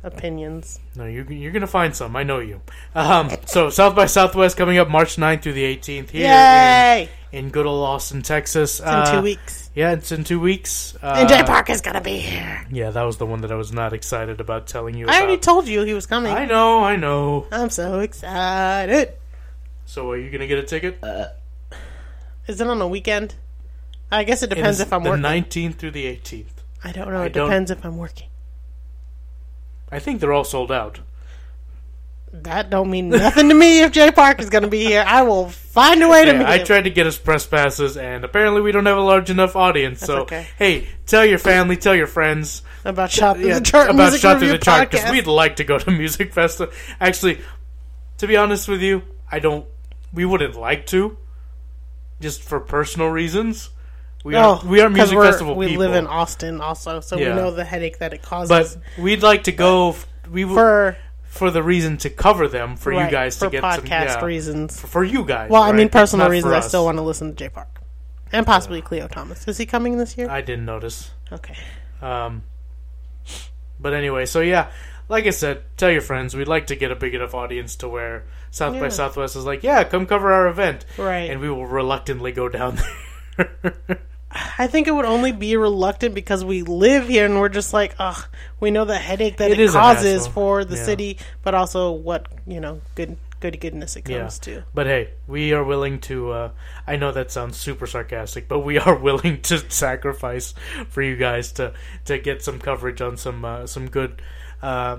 E: opinions.
D: No, you're, you're going to find some. I know you. Um, so, South by Southwest coming up March 9th through the 18th here in,
E: Yay!
D: in good old Austin, Texas.
E: In
D: Uh,
E: two weeks,
D: Yeah, it's in two weeks. Uh,
E: and Jay Parker's gonna be here.
D: yeah, that was the one that I was not excited about telling you
E: I already
D: about.
E: told you he was coming.
D: I know, I know.
E: I'm so excited.
D: So, are you going to get a ticket?
E: Is it on a weekend? I guess it
D: It
E: depends
D: is
E: if I'm
D: the
E: working.
D: 19th through the 18th.
E: I don't know.
D: I
E: It
D: don't-
E: depends if I'm working.
D: I think they're all sold out.
E: That don't mean nothing to me if Jay Park is going to be here. I will find a way to
D: Yeah,
E: meet
D: I
E: him.
D: tried to get us press passes, and apparently we don't have a large enough audience. so,
E: okay.
D: hey, tell your family, tell your friends
E: about shot through
D: yeah,
E: the chart.
D: about
E: music
D: Shot Through
E: review
D: the Chart because
E: podcast.
D: we'd like to go to Music Fest. Actually, to be honest with you, I don't. We wouldn't like to, just for personal reasons. We are
E: Oh,
D: we are
E: 'cause
D: music
E: we're-
D: festival
E: We
D: people,
E: live in Austin also, so
D: Yeah.
E: we know the headache that it causes.
D: but we'd like to go. f- We would
E: for
D: for the reason to cover them for you
E: Right,
D: guys
E: for
D: to get some,
E: podcast
D: yeah,
E: reasons.
D: For, for you guys.
E: Well, I mean,
D: right?
E: personal
D: Not for
E: reasons. I
D: us.
E: still want to listen to J Park, and possibly Cleo Thomas. Is he coming this year?
D: I didn't notice.
E: okay.
D: Um, but anyway, so yeah, like I said, tell your friends. We'd like to get a big enough audience to where South by
E: Yeah.
D: Southwest is like, yeah, come cover our event,
E: Right.
D: And we will reluctantly go down there.
E: I think it would only be reluctant because we live here and we're just like, ugh, we know the headache that
D: It
E: it,
D: is a
E: causes
D: hassle.
E: for the
D: Yeah.
E: city, but also what you know, good good goodness it
D: yeah.
E: comes to.
D: But hey, we are willing to. Uh, I know that sounds super sarcastic, but we are willing to sacrifice for you guys to to get some coverage on some uh, some good. Uh,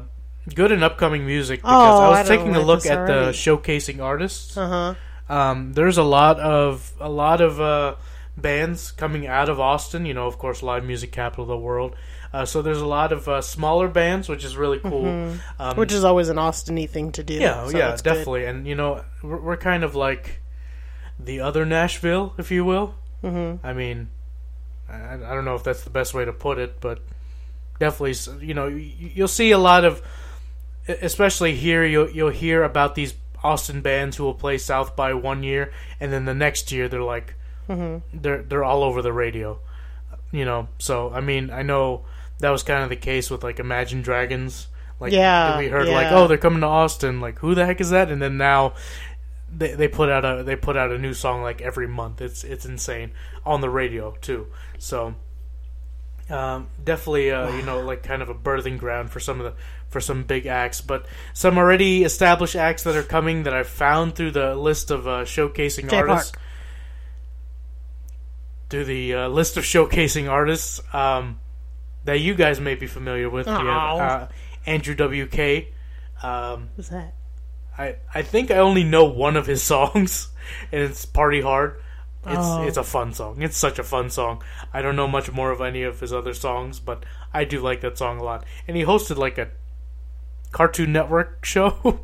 D: Good and upcoming music because
E: Oh,
D: I
E: I
D: was
E: don't
D: taking a
E: like
D: look
E: this
D: at the
E: already.
D: showcasing artists.
E: Uh huh.
D: um, there's a lot of a lot of uh, bands coming out of Austin. You know, of course, live music capital of the world. Uh, so there's a lot of uh, smaller bands, which is really cool.
E: Mm-hmm.
D: Um,
E: Which is always an Austiny thing to do.
D: yeah,
E: so
D: yeah,
E: it's good.
D: definitely. And you know, we're, we're kind of like the other Nashville, if you will. Mm-hmm. I mean, I, I don't know if that's the best way to put it, but definitely, s- you know, y- you'll see a lot of, e, especially here, you'll you'll hear about these Austin bands who will play South by one year, and then the next year they're like,
E: Mm-hmm.
D: they're they're all over the radio, you know. So I mean, I know that was kind of the case with like Imagine Dragons. Like
E: Yeah,
D: we heard like,
E: yeah.
D: oh, they're coming to Austin. Like, who the heck is that? And then now they, they put out a they put out a new song like every month. It's it's insane on the radio too. So um, definitely uh, you know like kind of a birthing ground for some of the for some big acts, but some already established acts that are coming that I've found through the list of uh, showcasing
E: Jay
D: artists.
E: Park.
D: Through the uh, list of showcasing artists um, that you guys may be familiar with, you have,
E: Aw.
D: uh, Andrew WK. Um,
E: Who's that?
D: I, I think I only know one of his songs, and it's Party Hard. It's
E: Oh.
D: it's a fun song. It's such a fun song. I don't know much more of any of his other songs, but I do like that song a lot. And he hosted like a Cartoon Network show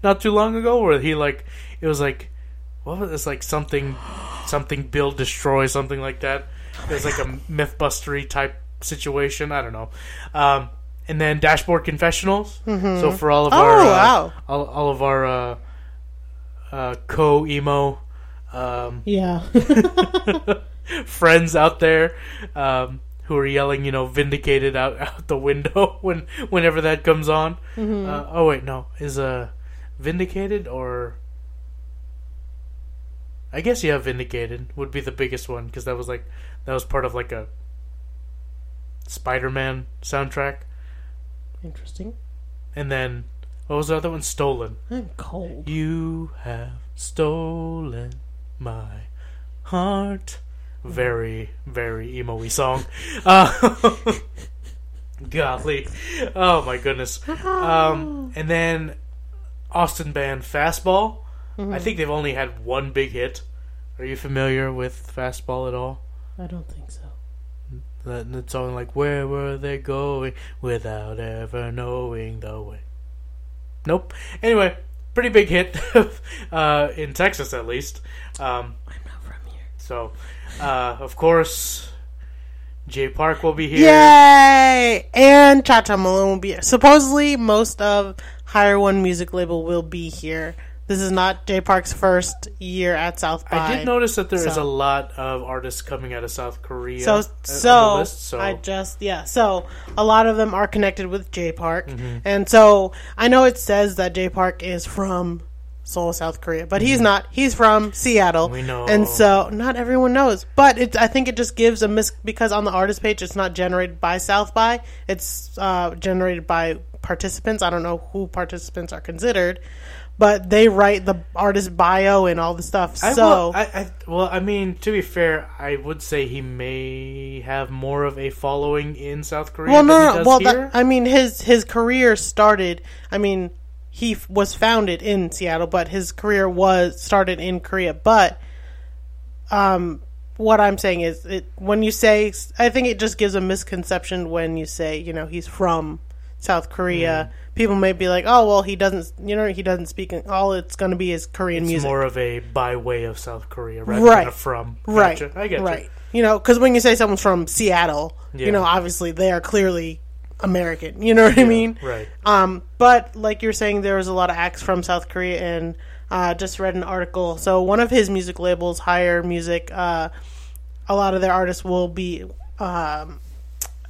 D: not too long ago where he like it was like what was it's like something something build destroy something like that. It was like a mythbustery type situation. I don't know. Um, and then Dashboard Confessionals. So for all of
E: Oh,
D: our uh,
E: wow.
D: all, all of our uh, uh, co emo um,
E: Yeah.
D: friends out there um, who are yelling, you know, vindicated out, out the window when whenever that comes on. Uh, oh wait, no, is uh, vindicated or I guess yeah, vindicated would be the biggest one because that was like that was part of like a Spider-Man soundtrack,
E: Interesting.
D: and then what was the other one? Stolen.
E: I'm cold.
D: You have stolen my heart. Very, very emo y song. Uh, golly. Oh my goodness. Um, and then Austin band Fastball. I think they've only had one big hit. Are you familiar with Fastball at all?
E: I don't think so.
D: That that song like where were they going without ever knowing the way. Nope. Anyway, pretty big hit uh, in Texas at least. Um,
E: I'm not from here.
D: so, uh, of course, Jay Park will be here.
E: Yay! And Cha Cha Malone will be here. Supposedly, most of Higher One Music Label will be here. This is not J Park's first year at South by.
D: I did notice that there is
E: So-
D: a lot of artists coming out uh, of South Korea.
E: So,
D: on the
E: so,
D: list, so
E: I just yeah. So a lot of them are connected with J Park,
D: Mm-hmm.
E: and so I know it says that J Park is from Seoul, South Korea, but he's not. He's from Seattle.
D: Mm-hmm. We know.
E: and so not everyone knows. But it, I think it just gives a miss because on the artist page it's not generated by South by. It's uh, generated by participants. I don't know who participants are considered, but they write the artist bio and all the stuff.
D: I
E: so
D: will, I, I, well, I mean, to be fair, I would say he may have more of a following in South Korea.
E: Well,
D: than
E: no,
D: he
E: no.
D: does
E: Well,
D: here.
E: that, I mean, his his career started. I mean, he f- was founded in Seattle, but his career was started in Korea. But, um, what I'm saying is, it when you say, I think it just gives a misconception when you say, you know, he's from South Korea.
D: Mm-hmm.
E: People may be like, oh, well, he doesn't, you know, he doesn't speak. All it's going to be is Korean
D: It's
E: music,
D: more of a by way of South Korea rather than a
E: Right.
D: from.
E: right?
D: Gotcha. I get
E: right. You know, because when you say someone's from Seattle,
D: Yeah.
E: you know, obviously they are clearly American. You know what I mean?
D: Right.
E: Um, but like you're saying, there was a lot of acts from South Korea, and uh, just read an article. So one of his music labels, Higher Music, uh, a lot of their artists will be um,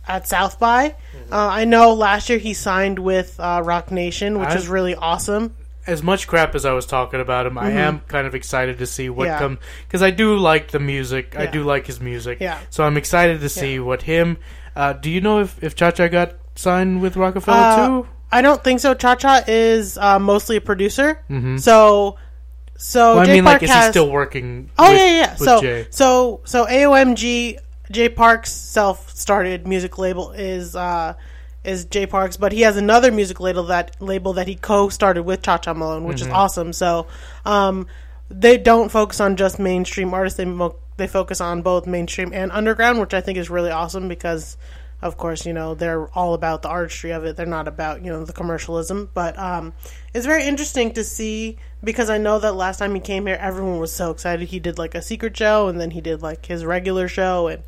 E: at South by.
D: Mm-hmm.
E: Uh, I know last year he signed with uh, Rock Nation, which
D: I-
E: is really awesome.
D: as much crap as I was talking about him, I am kind of excited to see what
E: Mm-hmm. Yeah.
D: come because I do like the music. I
E: Yeah.
D: do like his music.
E: Yeah.
D: So I'm excited to see what him. Uh, do you know if if Cha Cha got signed with Rockefeller
E: Uh,
D: too?
E: I don't think so. Cha Cha is uh, mostly a producer, so so
D: Mm-hmm. Well, I
E: Jay
D: mean,
E: Park
D: like, is
E: has,
D: he still working?
E: Oh
D: with-
E: yeah, yeah, yeah.
D: with
E: So
D: Jay?
E: so so AOMG Jay Parks self started music label is uh is Jay Parks, but he has another music label that label that he co started with Cha Cha Malone, which
D: Mm-hmm.
E: is awesome. So um they don't focus on just mainstream artists. They mo- they focus on both mainstream and underground, which I think is really awesome because of course, you know, they're all about the artistry of it. They're not about, you know, the commercialism. But um, it's very interesting to see because I know that last time he came here, everyone was so excited. He did like a secret show and then he did like his regular show. And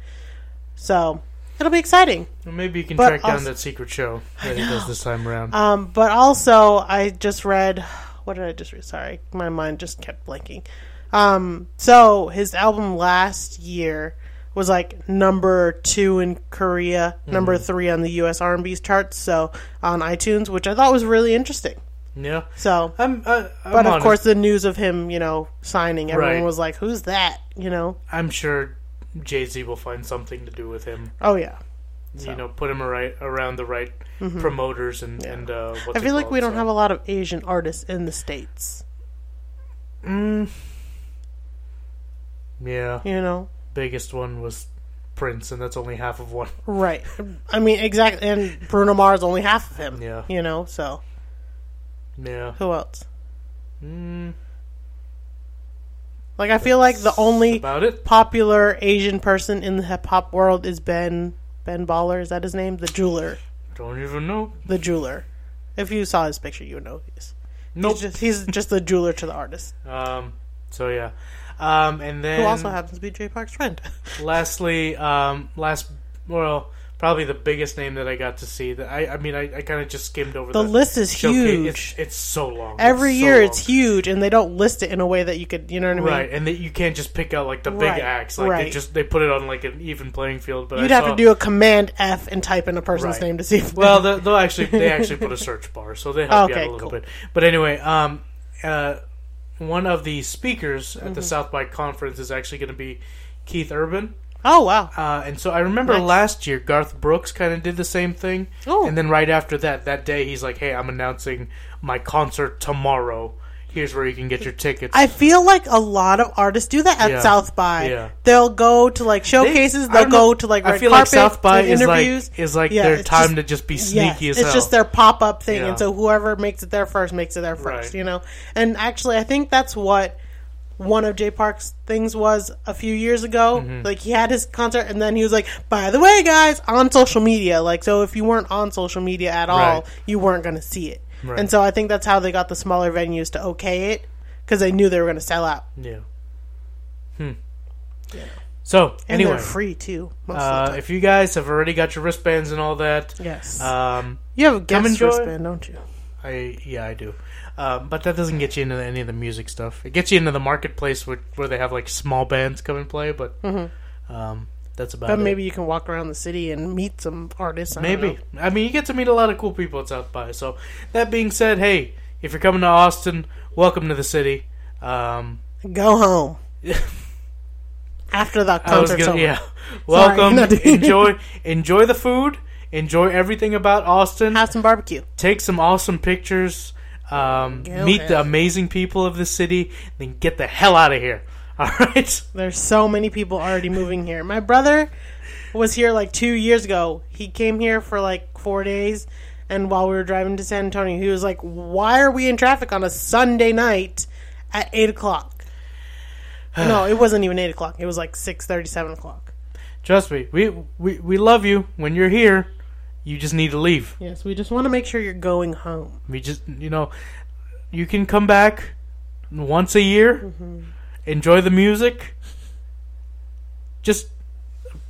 E: so it'll be exciting.
D: Well, maybe you can
E: but
D: track down
E: also-
D: that secret show that he does this time around.
E: Um, but also, I just read. What did I just read? Sorry, my mind just kept blanking. Um, so his album last year was like number two in Korea, number
D: Mm-hmm.
E: three on the U.S. R&B's charts, so on iTunes, which I thought was really interesting.
D: yeah.
E: So,
D: I'm, uh, I'm
E: but of
D: honest.
E: course, the news of him, you know, signing, everyone
D: Right.
E: was like, "Who's that?" You know?
D: I'm sure Jay Z will find something to do with him.
E: Oh yeah.
D: You know, put him right, around the right promoters and and. Uh, what's
E: Mm-hmm. I
D: it
E: feel like
D: called,
E: we don't
D: so.
E: have a lot of Asian artists in the states.
D: Yeah.
E: You know?
D: biggest one was Prince, and that's only half of one.
E: Right. I mean, exactly. And Bruno Mars only half of him.
D: Yeah.
E: You know, so
D: Yeah.
E: who else?
D: Hmm.
E: Like, I feel like the only
D: About it?
E: popular Asian person in the hip hop world is Ben Ben Baller. Is that his name? The jeweler.
D: Don't even know.
E: The jeweler. If you saw his picture, you would know who he is.
D: Nope.
E: He's just, he's just the jeweler to the artist,
D: Um, so, yeah. Um, and then,
E: who also happens to be Jay Park's friend.
D: lastly, um, last, well, probably the biggest name that I got to see. That I, I mean, I, I kind of just skimmed over
E: The list is huge.
D: It's, it's so long.
E: Every
D: It's so
E: year it's
D: long.
E: huge, and they don't list it in a way that you could, you know what I mean?
D: Right, and that you can't just pick out like the big
E: Right,
D: acts. Like they
E: right.
D: just they put it on like an even playing field. But
E: You'd
D: I
E: have
D: saw,
E: to do a command F and type in a person's
D: Right.
E: name to see if
D: Well, they'll, they'll actually they actually put a search bar, so they help you out
E: Okay,
D: a little
E: cool.
D: bit. But anyway, um, uh, one of the speakers at
E: Mm-hmm.
D: the South by conference is actually going to be Keith Urban,
E: Oh wow!
D: uh, and so I remember
E: Nice.
D: last year Garth Brooks kind of did the same thing,
E: Oh.
D: and then right after that, that day he's like, "Hey, I'm announcing my concert tomorrow. Here's where you can get your tickets."
E: I feel like a lot of artists do that at
D: Yeah,
E: South by.
D: yeah.
E: They'll go to like
D: They-
E: showcases.
D: I
E: They, will
D: don't know-
E: go to like red
D: I feel like
E: carpets
D: South by
E: and
D: is
E: interviews.
D: like is like
E: Yeah,
D: their
E: it's
D: time
E: just-
D: to just be
E: yeah,
D: sneaky as
E: it's
D: hell.
E: just their pop up thing,
D: Yeah.
E: and so whoever makes it there first makes it there
D: Right.
E: first. You know, and actually, I think that's what one of Jay Park's things was a few years ago.
D: Mm-hmm.
E: Like he had his concert, and then he was like, "By the way, guys, on social media." Like, so if you weren't on social media at all,
D: Right.
E: you weren't going to see it.
D: Right.
E: And so I think that's how they got the smaller venues to okay it because they knew they were going to sell out.
D: yeah. Hmm. So
E: And
D: anyway,
E: they're free too. Most of the
D: Uh,
E: time.
D: if you guys have already got your wristbands and all that,
E: yes,
D: um,
E: you have a guest
D: enjoy-
E: wristband, don't you?
D: I yeah I do, um, but that doesn't get you into any of the music stuff. It gets you into the marketplace where, where they have like small bands come and play, but um, that's about
E: Mm-hmm. But
D: it.
E: maybe you can walk around the city and meet some artists. I don't know.
D: Maybe. I mean, you get to meet a lot of cool people at South by. So that being said, hey, if you're coming to Austin, welcome to the city. Um,
E: Go home. After the
D: I was
E: concert's
D: gonna,
E: over.
D: yeah, welcome.
E: not doing-
D: enjoy enjoy the food. Enjoy everything about Austin.
E: Have some barbecue.
D: take some awesome pictures, um,
E: Go
D: meet the
E: ahead.
D: amazing people of the city, then get the hell out of here. All right.
E: There's so many people already moving here. My brother was here like two years ago. He came here for like four days, and while we were driving to San Antonio, he was like, "Why are we in traffic on a Sunday night at eight o'clock?" no, it wasn't even eight o'clock. It was like six thirty, seven o'clock.
D: Trust me, we, we we love you. When you're here, you just need to leave.
E: Yes, we just want to make sure you're going home.
D: We just you know, you can come back once a year, enjoy the music. Just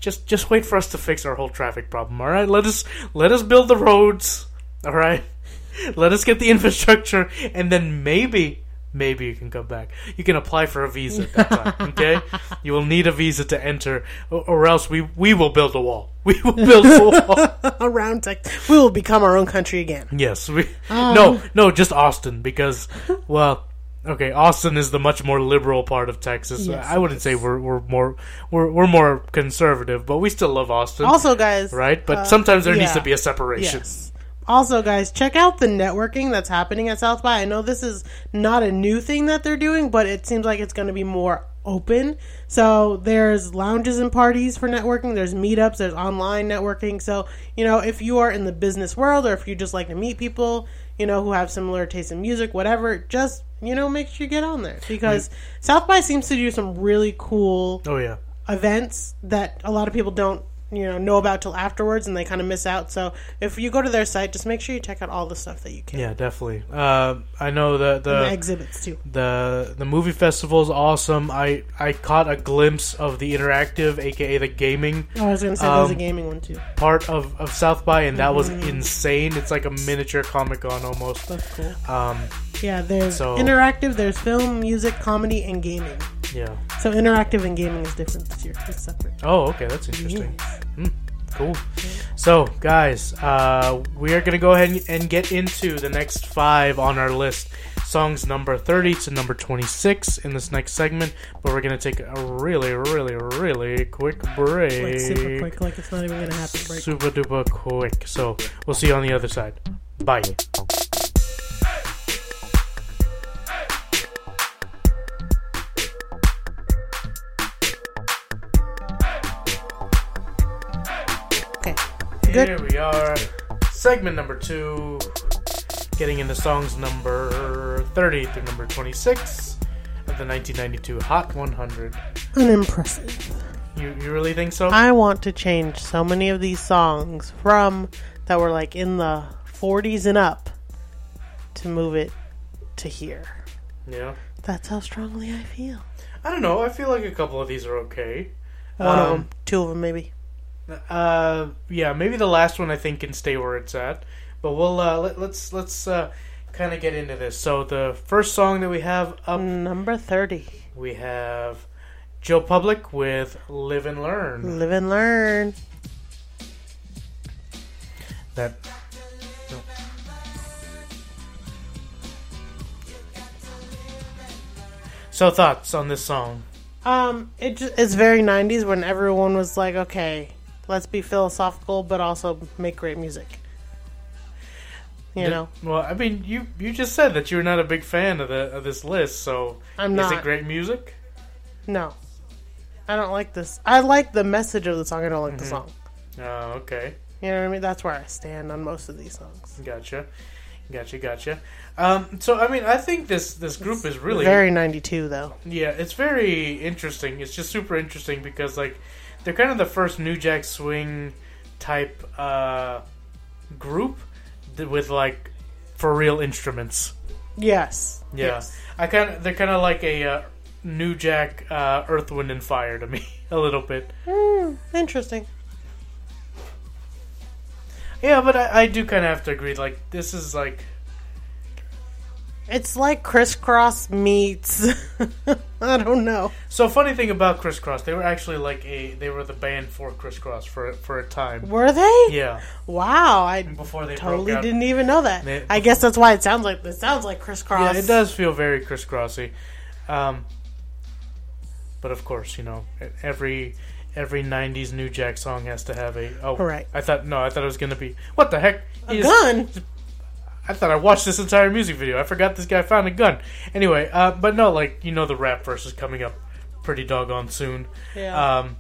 D: just just wait for us to fix our whole traffic problem. All right, let us let us build the roads. All right, let us get the infrastructure, and then maybe maybe you can come back. You can apply for a visa at that time. Okay, you will need a visa to enter, or, or else we we will build a wall. We will build a wall.
E: around Texas. We will become our own country again.
D: Yes, we.
E: Oh.
D: no, no, just Austin because, well, okay, Austin is the much more liberal part of Texas.
E: Yes,
D: I wouldn't say we're we're more we're we're more conservative, but we still love Austin.
E: Also, guys,
D: right? But
E: uh,
D: sometimes there needs
E: yeah.
D: to be a separation.
E: Yes. Also, guys, check out the networking that's happening at South by. I know this is not a new thing that they're doing, but it seems like it's going to be more open. So there's lounges and parties for networking. There's meetups. There's online networking. So you know, if you are in the business world, or if you just like to meet people, you know, who have similar tastes in music, whatever, just you know, make sure you get on there because South by seems to do some really cool
D: Oh yeah.
E: events that a lot of people don't you know know about till afterwards and they kind of miss out so if you go to their site just make sure you check out all the stuff that you can
D: Yeah, definitely. Uh, I know the
E: And the
D: the,
E: exhibits too
D: the the movie festival is awesome. I I caught a glimpse of the interactive, aka the gaming
E: Oh, i was gonna say there's a
D: um,
E: gaming one too
D: part of, of South by, and that was
E: Mm-hmm.
D: insane. It's like a miniature Comic Con almost.
E: that's cool
D: Um,
E: yeah there's
D: so-
E: interactive there's film music comedy and gaming
D: yeah.
E: so interactive and gaming is different this year it's separate
D: Oh, okay, that's interesting. Hmm, cool. So, guys, uh, we are gonna go ahead and- and get into the next five on our list. Songs number thirty to number twenty-six in this next segment, but we're gonna take a really, really, really quick break.
E: like super quick like it's not even gonna happen break.
D: Super duper quick. So we'll see you on the other side. Bye.
E: okay
D: Here
E: good
D: we are. Segment number two. Getting into songs number 30 through number 26 of the 1992 Hot 100.
E: unimpressive
D: You, you really think so?
E: i want to change so many of these songs from that were like in the 40s and up to move it to here
D: yeah.
E: That's how strongly I feel.
D: I don't know. I feel like a couple of these are okay.
E: One of
D: Um,
E: them, two of them, maybe.
D: Uh, yeah, maybe the last one I think can stay where it's at. But we'll uh, let, let's let's uh, kind of get into this. So the first song that we have up,
E: Number thirty,
D: we have Joe Public with "Live and Learn."
E: live and learn.
D: That. So thoughts on this song?
E: Um, it just, it's very '90s when everyone was like, "Okay, let's be philosophical, but also make great music." You
D: Did-
E: know,
D: Well, I mean, you you just said that you're not a big fan of the of this list, so
E: I'm
D: is it
E: not.
D: great music?
E: no, I don't like this. I like the message of the song. I don't like the song.
D: Oh, okay,
E: You know what I mean? That's where I stand on most of these songs.
D: gotcha, gotcha, gotcha. Um, so I mean, I think this this group is really
E: Very '92 though.
D: yeah, it's very interesting. It's just super interesting because like they're kind of the first New Jack Swing type uh, group th- with like for real instruments.
E: Yes.
D: Yeah, I kind of they're kind of like a uh, New Jack uh, Earth, Wind and Fire to me a little bit.
E: Interesting.
D: Yeah, but I, I do kind of have to agree. Like this is like
E: It's like crisscross meets. I don't know.
D: so funny thing about Crisscross. They were actually like a they were the band for Crisscross for for a time.
E: Were they?
D: Yeah,
E: Wow, I
D: before they
E: totally
D: broke out.
E: didn't even know that.
D: They-
E: I guess that's why it sounds like this sounds like crisscross.
D: Yeah, it does feel very crisscrossy. Um, but of course, you know, e, every every '90s New Jack song has to have a. Oh,
E: Right.
D: I thought no, I thought it was gonna be what the heck?
E: A
D: He is-
E: gun.
D: I thought I watched this entire music video. I forgot this guy found a gun. Anyway, uh, but no, like you know, the rap verse is coming up pretty doggone soon.
E: Yeah.
D: Um,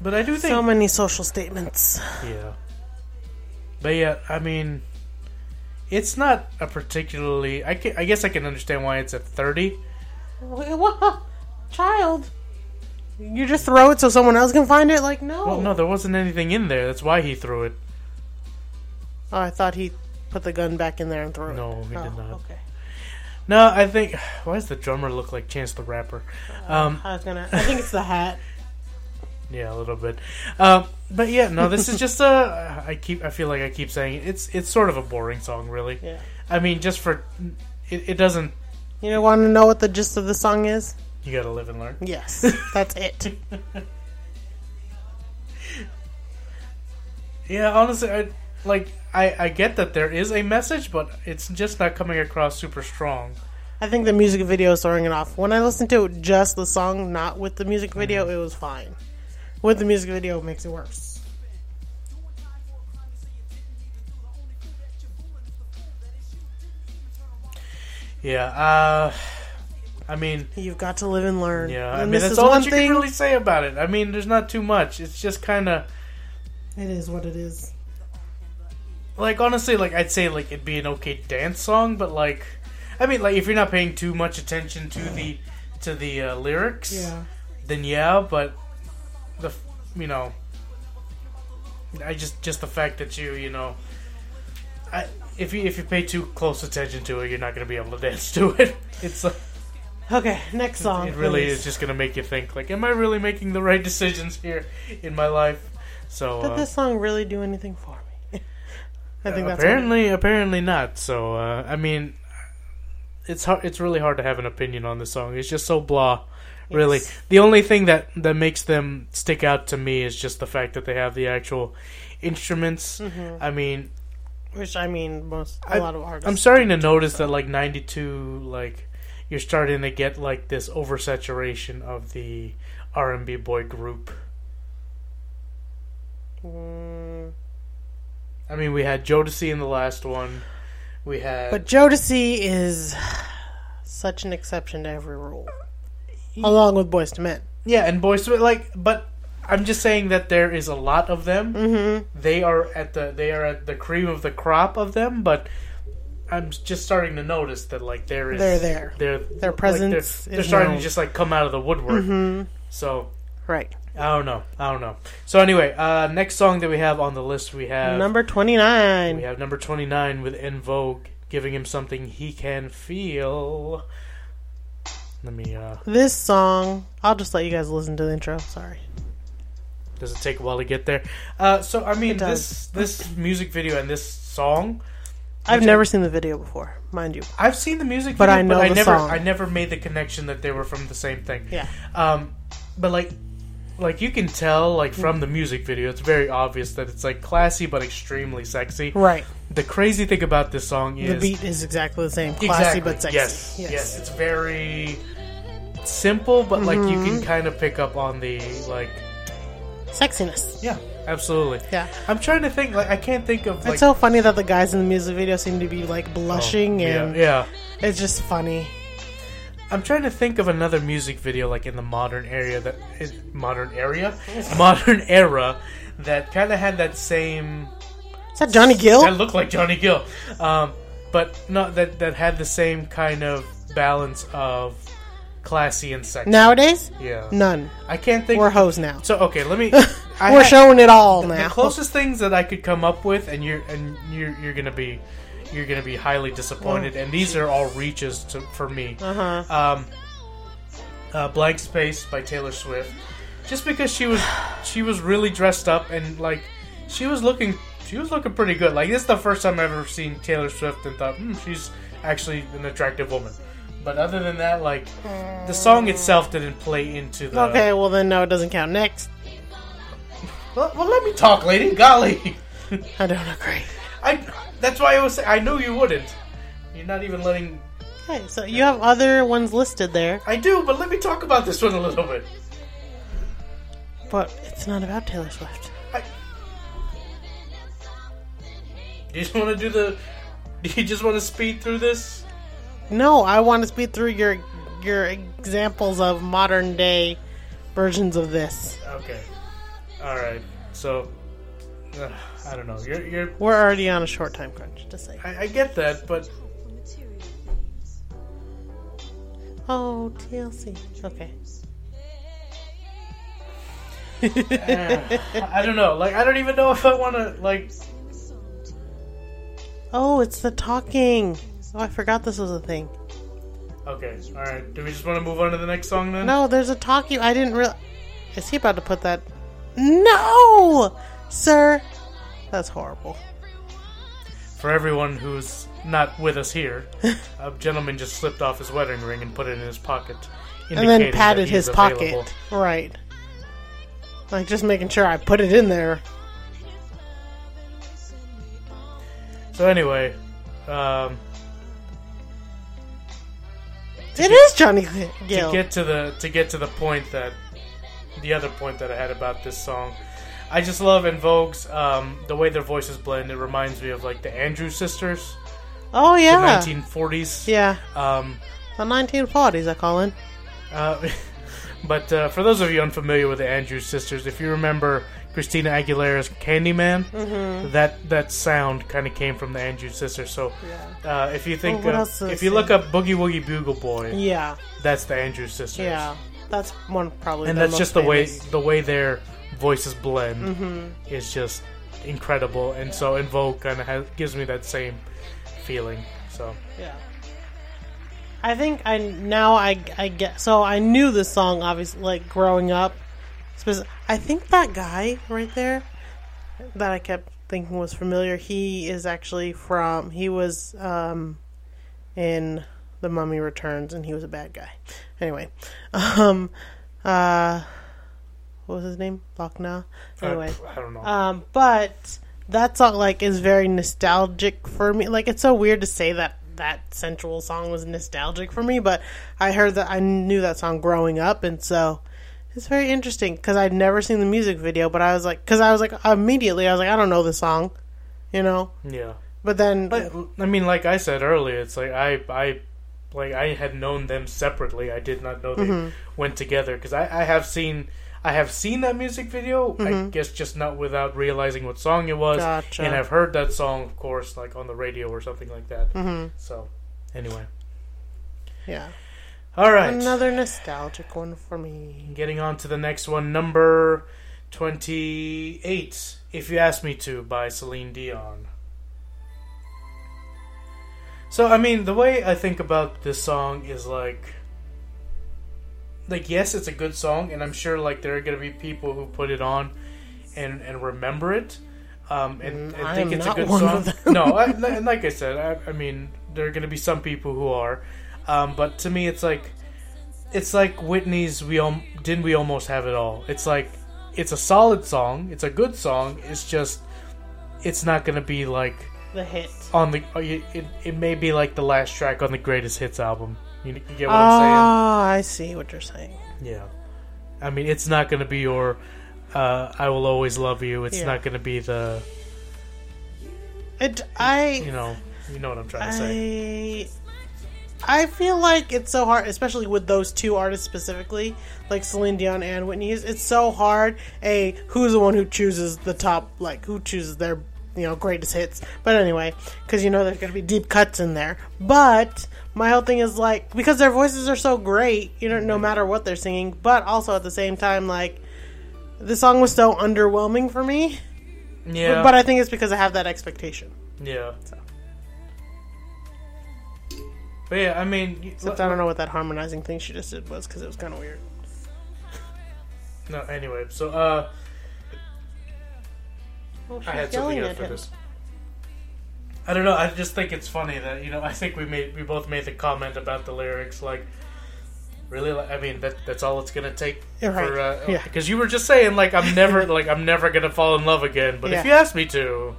D: but I do think
E: so many social statements.
D: yeah. But yeah, I mean, it's not a particularly. I, ca I guess I can understand why it's at 30.
E: Wha- Child, you just throw it so someone else can find it. Like no.
D: Well, no, there wasn't anything in there. That's why he threw it.
E: Oh, I thought he put the gun back in there and threw it.
D: No, he
E: Oh,
D: did not.
E: Okay.
D: No, I think. Why does the drummer look like Chance the Rapper? Um,
E: I was gonna. I think it's the hat.
D: Yeah, a little bit. Um, but yeah, no, this is just a. I keep. I feel like I keep saying it. it's it's sort of a boring song, really.
E: Yeah.
D: I mean, just for it, it doesn't.
E: You know, want to know what the gist of the song is?
D: You gotta live and learn.
E: Yes, that's it.
D: Yeah, honestly, I like. I I get that there is a message, but it's just not coming across super strong.
E: I think the music video is throwing it off. When I listened to it, just the song, not with the music video,
D: Mm-hmm.
E: it was fine. With the music video, it makes it worse.
D: Yeah. Uh, I mean,
E: You've got to live and learn.
D: yeah.
E: and
D: I mean,
E: this
D: that's
E: is
D: all
E: one
D: that you
E: thing.
D: can really say about it. I mean, there's not too much. It's just kind of.
E: It is what it is.
D: like honestly like i'd say like it'd be an okay dance song but like i mean like if you're not paying too much attention to the to the uh, lyrics
E: Yeah.
D: then yeah but the f- you know i just just the fact that you you know i if you if you pay too close attention to it you're not going to be able to dance to it it's like
E: Okay, next song.
D: it really
E: please.
D: is just going to make you think like am i really making the right decisions here in my life so
E: Did
D: uh,
E: this song really do anything for me? I think that's what it-
D: apparently apparently not so uh, i mean it's hard it's really hard to have an opinion on this song it's just so blah really
E: Yes.
D: the only thing that that makes them stick out to me is just the fact that they have the actual instruments
E: Mm-hmm.
D: i mean
E: which I mean, most a
D: I-
E: lot of artists.
D: i'm starting to notice that like 92 like you're starting to get like this oversaturation of the r&b boy group
E: Mm,
D: i mean we had jodeci in the last one we had
E: But Jodeci is such an exception to every rule, along with Boys to Men.
D: Yeah, and boys to Men, like, but I'm just saying that there is a lot of them. Mm-hmm. They are at the they are at the cream of the crop of them, but I'm just starting to notice that like there is
E: They're there.
D: Their
E: Their presence
D: they're, they're
E: is
D: starting
E: known. Mm-hmm.
D: to just like come out of the woodwork. So
E: Right.
D: I don't know, I don't know. So anyway, uh, next song that we have on the list we have
E: Number twenty nine.
D: we have number twenty nine with En Vogue giving him something he can feel. Let me. uh
E: This song, I'll just let you guys listen to the intro. Sorry.
D: does it take a while to get there? Uh, so I mean,
E: It
D: this
E: does.
D: this music video and this song,
E: I've
D: Which I-
E: never seen the video before, mind you.
D: I've seen the music,
E: But
D: video,
E: I know
D: but I
E: the
D: never
E: song.
D: I never made the connection that they were from the same thing.
E: Yeah.
D: Um, but like, like you can tell like from the music video, it's very obvious that it's like classy but extremely sexy.
E: Right.
D: The crazy thing about this song is
E: The beat is exactly the same. Classy
D: Exactly.
E: but sexy.
D: Yes. yes, It's very simple, but like you
E: Mm-hmm.
D: can kind of pick up on the like.
E: Sexiness.
D: Yeah, absolutely.
E: Yeah.
D: I'm trying to think. Like, I can't think of. Like,
E: it's so funny that the guys in the music video seem to be like blushing
D: Oh, yeah,
E: and
D: yeah.
E: it's just funny.
D: I'm trying to think of another music video like in the modern area that is modern area, modern era that kind of had that same
E: Is that Johnny Gill?
D: that looked like Johnny Gill, um, but not that that had the same kind of balance of classy and sexy.
E: Nowadays?
D: yeah,
E: None.
D: I can't think.
E: We're hoes now.
D: so okay, let me. I
E: We're
D: had-
E: showing it all
D: the
E: now.
D: closest things that I could come up with, and you're and you're you're gonna be you're gonna be highly disappointed. and these are all reaches to, for me. Uh-huh. Um, uh, Blank Space by Taylor Swift, just because she was she was really dressed up and like she was looking she was looking pretty good. Like this is the first time I've ever seen Taylor Swift and thought, hmm, she's actually an attractive woman. But other than that, like the song itself didn't play into the.
E: okay, well then no, it doesn't count. Next.
D: Well, well let me talk, lady. Golly.
E: I don't agree.
D: I. That's why I was. I knew you wouldn't. You're not even letting.
E: Okay, so you have other ones listed there,
D: I do, but let me talk about this one a little bit.
E: but it's not about Taylor Swift.
D: I, do you just want to do the? Do you just want to speed through this?
E: No, I want to speed through your your examples of modern day versions of this.
D: Okay. All right. So, ugh, I don't know. You're. You're.
E: We're already on a short time crunch, just say.
D: I, I get that, but
E: Oh, TLC. Okay.
D: I don't know. Like, I don't even know if I want to. Like,
E: Oh, it's the talking. Oh, I forgot this was a thing.
D: okay. All right. Do we just want to move on to the next song then?
E: No, there's a talking. I didn't real. Is he about to put that No, sir. That's horrible.
D: For everyone who's not with us here, a gentleman just slipped off his wedding ring and put it in his pocket,
E: And
D: indicating
E: then
D: that
E: patted
D: he's
E: his
D: available.
E: pocket. Right. Like just making sure I put it in there.
D: So anyway, um,
E: It is Johnny
D: to
E: Gill.
D: get to the to get to the point that the other point that I had about this song, I just love in Vogue's um, the way their voices blend. It reminds me of like the Andrews Sisters,
E: oh
D: the
E: yeah,
D: 1940s.
E: yeah.
D: Um,
E: The 1940s, I call in.
D: Uh, but uh, for those of you unfamiliar with the Andrews sisters, if you remember Christina Aguilera's Candyman,
E: Mm-hmm.
D: that that sound kind of came from the Andrews sisters. So uh, if you think,
E: Oh, what
D: uh,
E: else did I
D: if you
E: see?
D: look up Boogie Woogie Bugle Boy,
E: Yeah,
D: that's the Andrews sisters.
E: yeah. That's one probably.
D: and
E: their
D: that's
E: most
D: just
E: Mm-hmm.
D: the way
E: famous.
D: the way their voices blend is just incredible. And so Invoke kind of has, gives me that same feeling. So
E: Yeah. I think I now I I get so I knew this song obviously like growing up. Spec- I think that guy right there that I kept thinking was familiar. He is actually from he was um in The Mummy Returns and he was a bad guy. Anyway, um uh what was his name? Lochna.
D: uh,
E: Anyway.
D: I don't know.
E: Um, but that song like is very nostalgic for me. Like it's so weird to say that that sensual song was nostalgic for me, but I heard that I knew that song growing up, and so it's very interesting because I'd never seen the music video, but I was like, because I was like immediately I was like I don't know the song, you know.
D: yeah.
E: But then
D: But I mean, like I said earlier, it's like I, I, like I had known them separately. I did not know they
E: Mm-hmm.
D: went together because I, I have seen, I have seen that music video. I guess just not without realizing what song it was,
E: Mm-hmm. Gotcha.
D: and I've heard that song, of course, like on the radio or something like that.
E: Mm-hmm.
D: So, anyway,
E: yeah,
D: all right.
E: another nostalgic one for me.
D: Getting on to the next one, number twenty-eight. If you ask me to, by Celine Dion. So I mean, the way I think about this song is like, like yes, it's a good song, and I'm sure like there are gonna be people who put it on and and remember it, um, and, and
E: Mm, I
D: think
E: am
D: it's
E: not
D: a good
E: one
D: song.
E: of them.
D: No, I, and like I said, I, I mean, there are gonna be some people who are, um, but to me, it's like, it's like Whitney's "We Al- Didn't We Almost Have It All." It's like, it's a solid song, it's a good song, it's just, it's not gonna be like
E: The hit.
D: on the oh, you- it, it may be like the last track on the greatest hits album you, you get
E: Oh,
D: what i'm
E: I see what you're saying.
D: saying yeah i mean it's not gonna be your uh, i will always love you it's
E: Yeah.
D: not gonna be the
E: It I
D: you know you know what i'm trying to say
E: I I feel like it's so hard, especially with those two artists specifically, like Celine Dion and Whitney. Houston, It's so hard. A who's the one who chooses the top, like who chooses their you know greatest hits. But anyway, because you know there's gonna be deep cuts in there. But my whole thing is like because their voices are so great, you don't no matter what they're singing. But also at the same time, like the song was so underwhelming for me.
D: yeah
E: But I think it's because I have that expectation.
D: yeah but yeah i mean you-
E: Except I don't know what that harmonizing thing she just did was because it was kind of weird.
D: no anyway so uh I had something else for this. I don't know. I just think it's funny that you know. I think we made we both made the comment about the lyrics. Like, really? Like, I mean, that that's all it's gonna take
E: You're right.
D: for uh,
E: Yeah.
D: Because you were just saying like I'm never like I'm never gonna fall in love again. But if you
E: Yeah.
D: ask me to,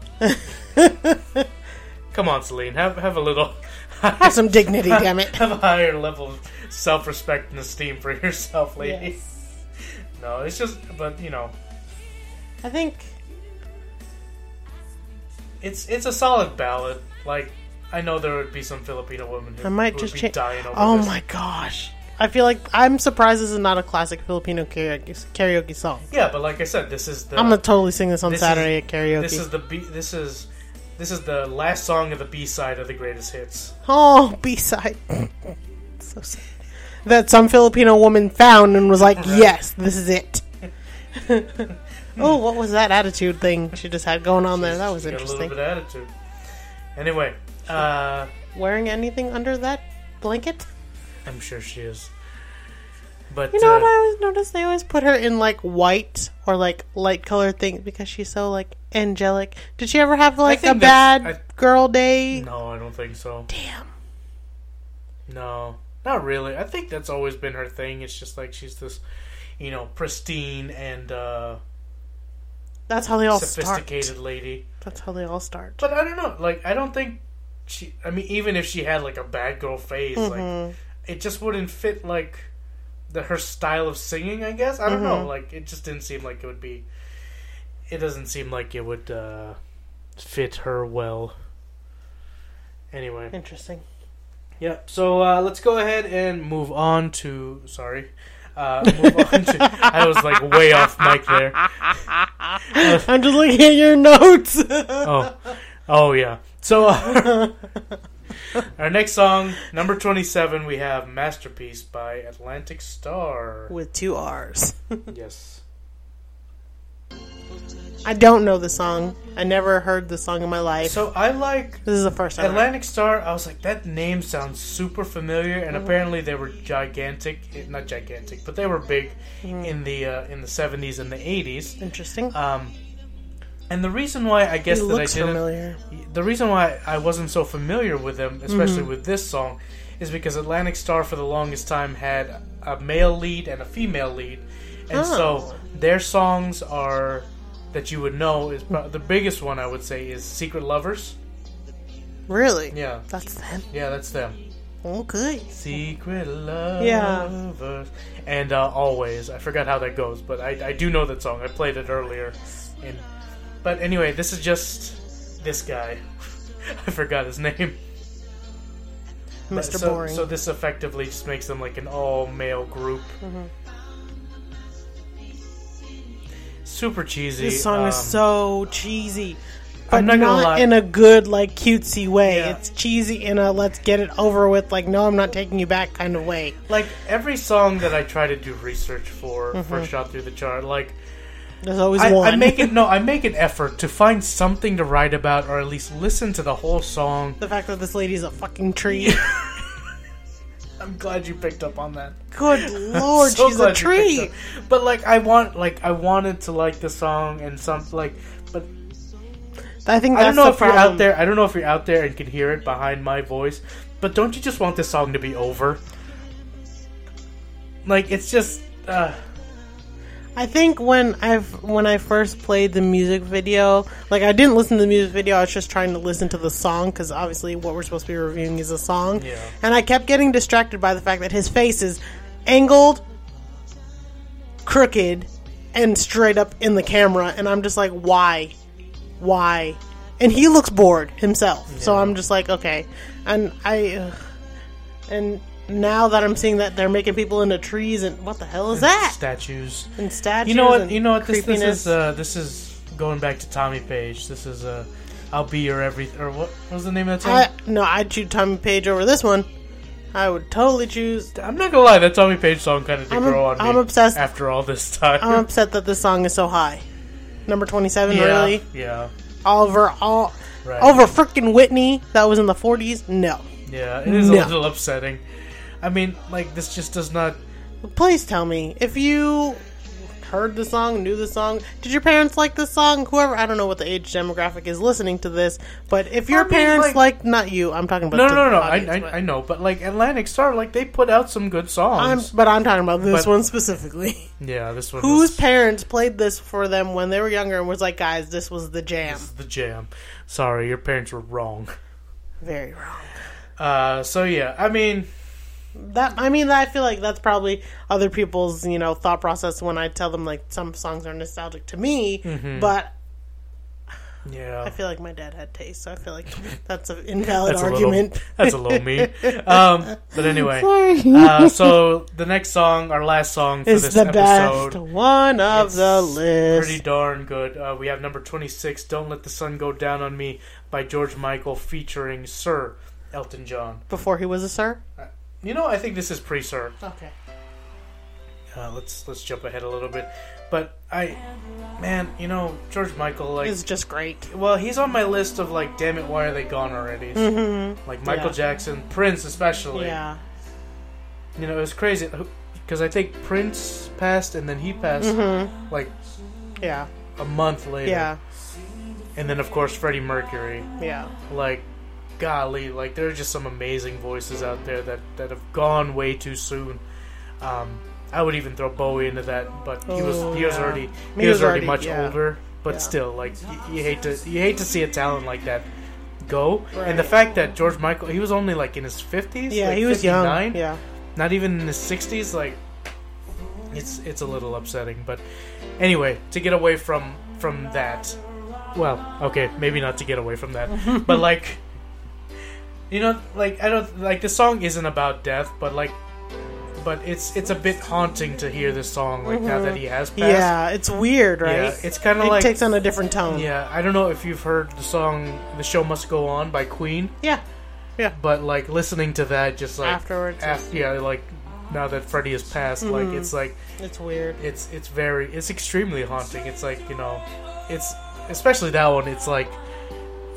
D: come on, Celine, have have a little
E: Have some dignity, damn it.
D: have a higher level of self respect and esteem for yourself, lady. No, it's just, but you know,
E: I think.
D: it's it's a solid ballad. Like I know there would be some Filipino women who
E: I might
D: who
E: just
D: would be
E: change.
D: dying over
E: Oh
D: this.
E: my gosh. I feel like I'm surprised this is not a classic Filipino karaoke, karaoke song.
D: Yeah, but like I said, this is the
E: I'm gonna totally sing this on
D: this
E: Saturday
D: is-
E: at karaoke.
D: this is the B, this is this is the last song of the B side of the greatest hits.
E: oh, B side. so sad. That some Filipino woman found and was like,
D: Uh-huh.
E: yes, this is it. oh, what was that attitude thing she just had going on there? That was
D: Got a little
E: interesting.
D: bit of attitude. Anyway, uh,
E: Wearing anything under that blanket?
D: I'm sure she is. But
E: You know
D: uh,
E: what I always notice? They always put her in like white or like light colored things because she's so like angelic. Did she ever have like a
D: think that's-
E: bad
D: I- Mm.
E: girl day?
D: no, I don't think so.
E: Damn.
D: No, not really. I think that's always been her thing. It's just like she's this, you know, pristine and uh,
E: That's how they all start.
D: sophisticated lady.
E: That's how they all start.
D: But I don't know. Like I don't think she. I mean, even if she had like a bad girl phase, like it just wouldn't fit like the her style of singing. I guess I don't know. Like it just didn't seem like it would be. It doesn't seem like it would uh, fit her well. Anyway.
E: Interesting.
D: Yep. So uh, let's go ahead and move on to. Sorry. Uh, move on to, I was like way off mic there.
E: I'm just looking at your notes.
D: Oh, oh yeah. So uh, our next song, number twenty-seven, we have "Masterpiece" by Atlantic Star.
E: With two R's.
D: Yes.
E: I don't know the song. I never heard the song in my life.
D: So I like
E: this is the first time. I heard
D: Atlantic Star. I was like, that name sounds super familiar, and
E: Mm-hmm.
D: apparently they were gigantic. eh, Not gigantic, but they were big
E: Mm-hmm.
D: in the uh, in the seventies and the eighties.
E: it. Interesting.
D: Um, and the reason why I guess
E: it
D: that I
E: looks
D: didn't,
E: familiar.
D: the reason why I wasn't so familiar with them, especially with this song, is because Atlantic Star for the longest time had a male lead and a female lead, and so their songs are that you would know is pro- the biggest one I would say is Secret Lovers.
E: Really?
D: Yeah,
E: That's them. Oh,
D: yeah, that's them.
E: Okay.
D: Secret Lovers.
E: Yeah.
D: And uh, always, I forgot how that goes, but I, I do know that song. I played it earlier. And but anyway, this is just this guy. I forgot his name. But
E: Mr.
D: So,
E: Boring.
D: so this effectively just makes them like an all male group.
E: Mm-hmm.
D: Super cheesy.
E: This song is
D: um,
E: so cheesy. But
D: I'm
E: not,
D: not gonna lie.
E: in a good, like, cutesy way.
D: Yeah.
E: It's cheesy in a let's get it over with, like, no, I'm not taking you back kind of way.
D: like every song that I try to do research for for shot through the chart. Like
E: There's always
D: I,
E: Mm-hmm. one.
D: I make it no, I make an effort to find something to write about or at least listen to the whole song.
E: the fact that this lady's a fucking tree.
D: I'm glad you picked up on that.
E: good lord,
D: So
E: she's a
D: glad you picked
E: tree.
D: up. But like I want like I wanted to like the song and some like but
E: I think that's
D: I don't know
E: the
D: if
E: problem.
D: you're out there. I don't know if you're out there and can hear it behind my voice, but don't you just want this song to be over? Like it's just uh,
E: I think when I've when I first played the music video, like I didn't listen to the music video. I was just trying to listen to the song because obviously what we're supposed to be reviewing is a song.
D: Yeah.
E: And I kept getting distracted by the fact that his face is angled, crooked, and straight up in the camera, and I'm just like, why, why? And he looks bored himself, so I'm just like, okay. And I, ugh. and now that I'm seeing that they're making people into trees, and what the hell is that?
D: statues.
E: and statues.
D: You know what?
E: and
D: You know what? This, this
E: creepiness.
D: is uh, this is going back to Tommy Page. This is uh, I'll be your everything. Or what, what was the name of that
E: I,
D: song?
E: no, I'd choose Tommy Page over this one. I would totally choose.
D: I, am not gonna lie, that Tommy Page song kind of did
E: I'm-
D: grow on
E: I'm
D: me.
E: obsessed. Um,
D: after all this time.
E: I'm upset that this song is so high. Number twenty-seven,
D: yeah,
E: really?
D: yeah,
E: Over all,
D: Right.
E: over frickin' Whitney. That was in the forties. No,
D: yeah. It is a
E: No.
D: little upsetting. I mean, like this just does not.
E: please tell me if you heard the song, knew the song. Did your parents like this song? Whoever, I don't know what the age demographic is listening to this, but if your
D: mean,
E: parents
D: like-
E: like, not you, I'm talking about
D: No,
E: the
D: no, no, no.
E: audience,
D: I, I,
E: but-
D: I know, but like Atlantic Star, like they put out some good
E: I'm,
D: songs.
E: but I'm talking about this
D: But-
E: one specifically.
D: yeah, this one.
E: whose
D: was
E: parents played this for them when they were younger and was like, guys, this was the jam.
D: the jam? Sorry, your parents were wrong.
E: Very wrong.
D: Uh, so yeah, I mean,
E: That I mean, I feel like that's probably other people's you know thought process when I tell them like some songs are nostalgic to me,
D: Mm-hmm.
E: but I
D: yeah,
E: feel like my dad had taste, so I feel like that's an invalid
D: that's a
E: argument.
D: little, that's a little mean. Um, but anyway,
E: Sorry.
D: uh, so the next song, our last song for
E: it's
D: this
E: the
D: episode,
E: best one of the list.
D: pretty darn good. Uh, we have number twenty-six, "Don't Let the Sun Go Down on Me" by George Michael featuring Sir Elton John.
E: Before he was a sir.
D: You know, I think this is pre Sir.
E: Okay.
D: Uh, let's let's jump ahead a little bit, but I, man, you know George Michael, like,
E: It's just great.
D: well, he's on my list of like, damn it, why are they gone already? Like Michael
E: Mm-hmm. Yeah.
D: Jackson, Prince especially.
E: Yeah.
D: You know, it was crazy. Who- because I think Prince passed and then he passed like
E: Yeah.
D: a month later.
E: Mm-hmm. Yeah.
D: And then of course Freddie Mercury.
E: Yeah.
D: Like, golly, like there are just some amazing voices out there that that have gone way too soon. Um, I would even throw Bowie into that, but he was
E: Oh,
D: he was
E: yeah.
D: already he,
E: He
D: was,
E: was
D: already,
E: already-
D: much
E: yeah.
D: older. But
E: Yeah.
D: still, like y- you hate to you hate to see a talent like that go. And the
E: Right.
D: fact that George Michael he was only like in his fifties.
E: Yeah, he was young. Yeah.
D: not even in the 60s like it's it's a little upsetting but anyway to get away from from that well okay maybe not to get away from that but like you know like i don't like the song isn't about death but like but it's it's a bit haunting to hear this song like now that he has passed
E: Mm-hmm. Yeah, it's weird, right?
D: Yeah, it's kinda
E: It
D: like-
E: takes on a different tone.
D: yeah i don't know if you've heard the song the show must go on by queen
E: Yeah.
D: but like listening to that just like
E: Afterwards. Mm-hmm.
D: af- yeah like now that freddie has passed like it's like
E: It's weird.
D: it's it's very it's extremely haunting. It's like you know, it's especially that one. It's like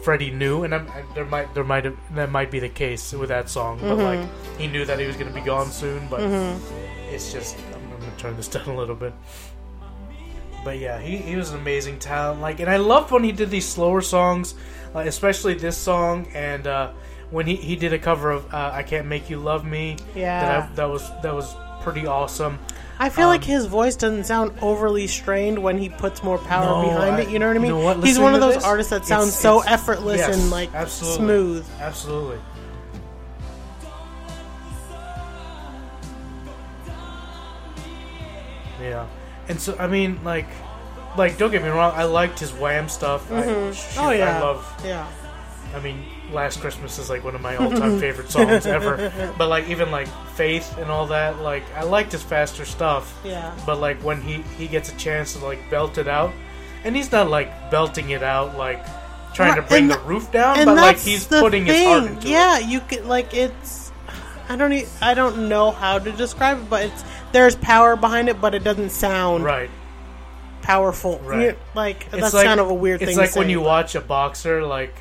D: Freddie knew, and I'm, I, there might there might have, that might be the case with that song, but like he knew that he was going to be gone soon. But it's just I'm, I'm gonna turn this down a little bit. But yeah, he, he was an amazing talent. Like, and I loved when he did these slower songs, like especially this song and. uh when he, he did a cover of uh, "I Can't Make You Love Me,"
E: Yeah.
D: that, I, that was that was pretty awesome.
E: I feel
D: Um,
E: like his voice doesn't sound overly strained when he puts more power
D: No,
E: behind
D: I-
E: it. You know what I
D: you
E: mean?
D: know what?
E: He's
D: Listening
E: one of
D: to
E: those
D: this,
E: artists that sounds
D: it's-
E: so
D: it's-
E: effortless
D: yes,
E: and like
D: absolutely.
E: smooth.
D: Absolutely. Yeah, and so I mean, like, like don't get me wrong, I liked his Wham stuff. I, shoot,
E: Oh yeah,
D: I love.
E: yeah,
D: I mean, Last Christmas is like one of my all-time favorite songs ever. But like, even like Faith and all that, like, I liked his faster stuff.
E: Yeah.
D: But like when he he gets a chance to like belt it out, and he's not like belting it out like trying to
E: Right,
D: bring
E: and
D: the
E: th-
D: roof down,
E: and
D: but like
E: that's
D: he's
E: the
D: putting
E: thing.
D: his heart into it.
E: yeah, you could like it's. I don't. e- I don't know how to describe it, but it's there's power behind it, but it doesn't sound
D: Right.
E: powerful.
D: Right.
E: You- Like that's kind of a weird
D: It's
E: thing.
D: like
E: to
D: when
E: say,
D: you
E: but-
D: watch a boxer, like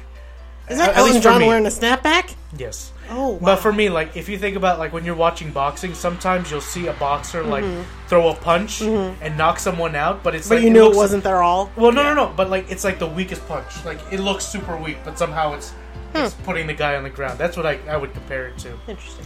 E: Is that
D: at
E: Elton
D: least for
E: John
D: me.
E: wearing a snapback?
D: yes.
E: Oh, wow.
D: But for me, like if you think about like when you're watching boxing, sometimes you'll see a boxer like throw a punch and knock someone out, but it's
E: Mm-hmm. but
D: like
E: you knew it
D: looks-
E: wasn't their all.
D: Well, no, no, no. But like, it's like the weakest punch. Like, it looks super weak, but somehow it's,
E: Hmm.
D: it's putting the guy on the ground. That's what I, I would compare it to.
E: Interesting.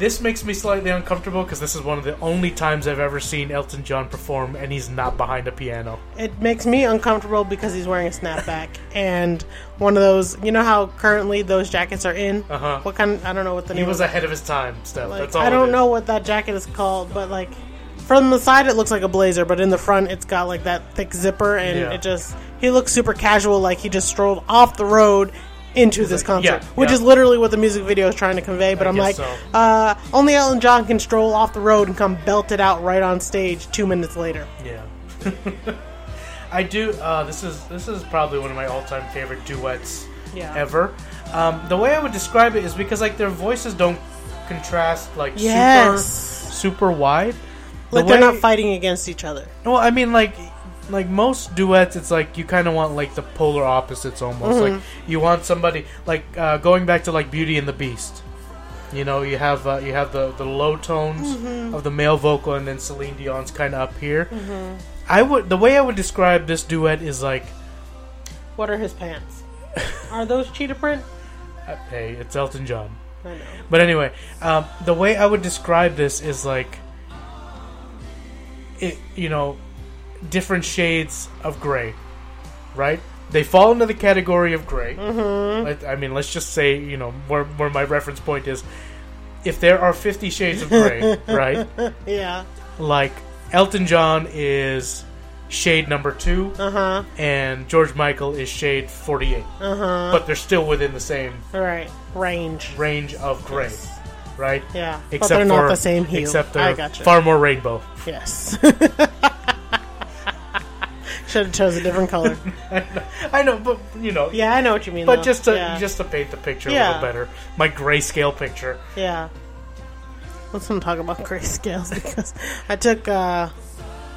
D: This makes me slightly uncomfortable because this is one of the only times I've ever seen Elton John perform, and he's not behind a piano.
E: It makes me uncomfortable because he's wearing a snapback and one of those. You know how currently those jackets are in.
D: Uh-huh.
E: What kind? I don't know what the
D: He
E: name.
D: was
E: of-
D: ahead of his time, Steph.
E: like,
D: That's all.
E: I
D: it
E: don't
D: is.
E: know what that jacket is called, but like from the side it looks like a blazer, but in the front it's got like that thick zipper, and
D: Yeah.
E: it just he looks super casual, like he just strolled off the road into this concert,
D: yeah,
E: which
D: yeah.
E: is literally what the music video is trying to convey. But I am like,
D: guess so.
E: uh, only Elton John can stroll off the road and come belt it out right on stage two minutes later.
D: Yeah. I do. Uh, this is this is probably one of my all-time favorite duets
E: Yeah.
D: ever. Um, the way I would describe it is because like their voices don't contrast like
E: Yes.
D: super super wide. The
E: Like they're not
D: way-
E: fighting against each other.
D: Well, I mean, like, like most duets, it's like you kind of want like the polar opposites almost. Like you want somebody like uh, going back to like Beauty and the Beast. You know, you have uh, you have the the low tones of the male vocal, and then Celine Dion's kind of up here. I would the way I would describe this duet is like,
E: What are his pants? Are those cheetah print?
D: uh, hey, it's Elton John.
E: I know.
D: But anyway, um, the way I would describe this is like, it you know, different shades of gray, right? They fall into the category of gray. Mm-hmm. Let, I mean, let's just say you know where where my reference point is. If there are Fifty Shades of Gray, right?
E: Yeah.
D: Like Elton John is shade number 2
E: Uh huh.
D: and George Michael is shade forty-eight. Uh-huh. But they're still within the same
E: All right. Range.
D: range of gray, right?
E: Yeah, but
D: except
E: they're
D: for,
E: not the same hue.
D: Except
E: I
D: they're
E: gotcha.
D: far more rainbow.
E: Yes. Should have chose a different color.
D: I know, but you know,
E: Yeah, I know what you mean.
D: But
E: though.
D: just to
E: yeah.
D: just to paint the picture a
E: Yeah.
D: little better, my grayscale picture.
E: yeah. Let's not talk about grayscales because I took uh,